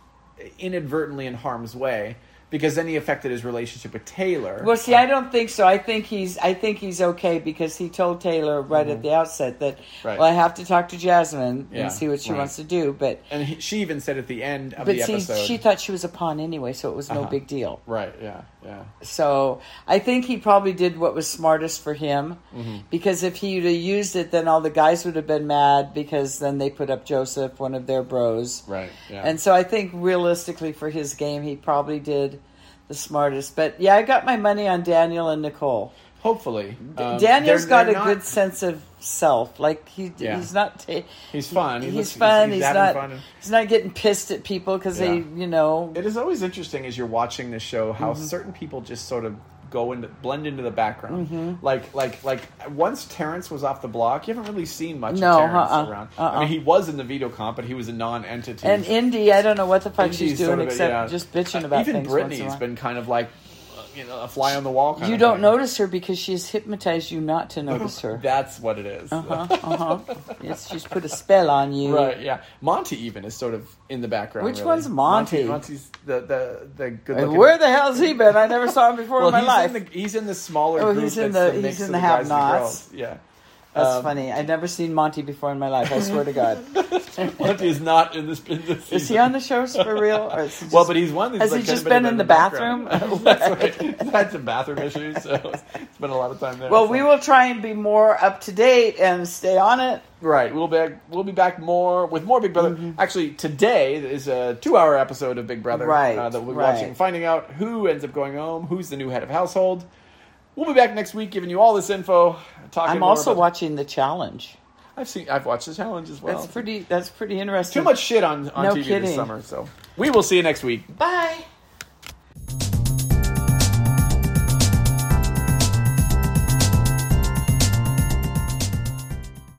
A: inadvertently in harm's way because then he affected his relationship with Taylor.
B: Well, see, I don't think so. I think he's I think he's okay because he told Taylor right at the outset that
A: Mm-hmm. Right.
B: well, I have to talk to Jasmine
A: Yeah,
B: and see what she
A: right.
B: wants to do, but
A: and he, she even said at the end of
B: but
A: the
B: see,
A: episode,
B: she thought she was a pawn anyway, so it was no
A: Uh-huh.
B: big deal.
A: right? Yeah, yeah.
B: So I think he probably did what was smartest for him,
A: Mm-hmm.
B: because if he'd have used it, then all the guys would have been mad because then they put up Joseph, one of their bros,
A: Right, yeah.
B: And so I think realistically for his game, he probably did the smartest. But yeah, I got my money on Daniel and Nicole.
A: Hopefully, um,
B: Daniel's
A: they're-
B: got
A: they're
B: a
A: not-
B: good sense of self. Like he,
A: Yeah.
B: he's not. Ta-
A: He's fun. He
B: He's
A: looks- he's-
B: fun.
A: he's
B: He's,
A: having
B: not.
A: fun and-
B: He's not getting pissed at people because they,
A: Yeah.
B: you know,
A: It is always interesting as you're watching the show how
B: Mm-hmm.
A: certain people just sort of go into blend into the background.
B: Mm-hmm.
A: Like like like once Terrence was off the block, you haven't really seen much
B: No,
A: of Terrence
B: uh-uh,
A: around. I
B: uh-uh.
A: mean, he was in the veto comp, but he was a non-entity.
B: And Indy, I don't know what the fuck she's
A: She's
B: doing
A: sort of a-
B: except
A: yeah. Uh,
B: just bitching about
A: Even
B: things.
A: Brittany's
B: once in a while.
A: been kind of like uh, you know a fly on the wall. Kind
B: You
A: of
B: don't
A: thing.
B: notice her because she's hypnotized you not to notice her.
A: That's what it is.
B: Uh huh. Yes, she's put a spell on you.
A: Right, yeah. Monty even is sort of in the background.
B: Which
A: really.
B: one's Monty?
A: Monty's the the the good
B: Like,
A: looking.
B: where the hell's he been? I never saw him before
A: well,
B: in my
A: he's
B: life.
A: in the he's in the smaller
B: Oh,
A: group.
B: he's in
A: that's
B: the-
A: mix
B: he's in
A: of
B: the
A: guys and
B: have-nots.
A: girls. Yeah.
B: That's
A: um,
B: funny. I've never seen Monty before in my life. I swear to God.
A: Monty is not in this, in this
B: Is he
A: season.
B: on the shows for real? Or is he
A: well,
B: just-
A: but he's one. that's,
B: has
A: like,
B: he
A: kinda
B: just been in the bathroom?
A: background. That's right. He's had some bathroom issues, so it's been a lot of time there.
B: well,
A: so.
B: we will try and be more up to date and stay on it.
A: right. We'll be back, we'll be back more with more Big Brother.
B: Mm-hmm.
A: Actually, today is a two-hour episode of Big Brother
B: Right,
A: uh, that we'll be
B: right.
A: watching, finding out who ends up going home, who's the new head of household. We'll be back next week, giving you all this info. Talking.
B: I'm
A: more
B: also
A: about-
B: watching the challenge.
A: I've seen. I've watched the challenge as well.
B: That's pretty. That's pretty interesting.
A: Too much shit on on
B: No
A: TV
B: kidding.
A: this summer. So we will see you next week.
B: Bye.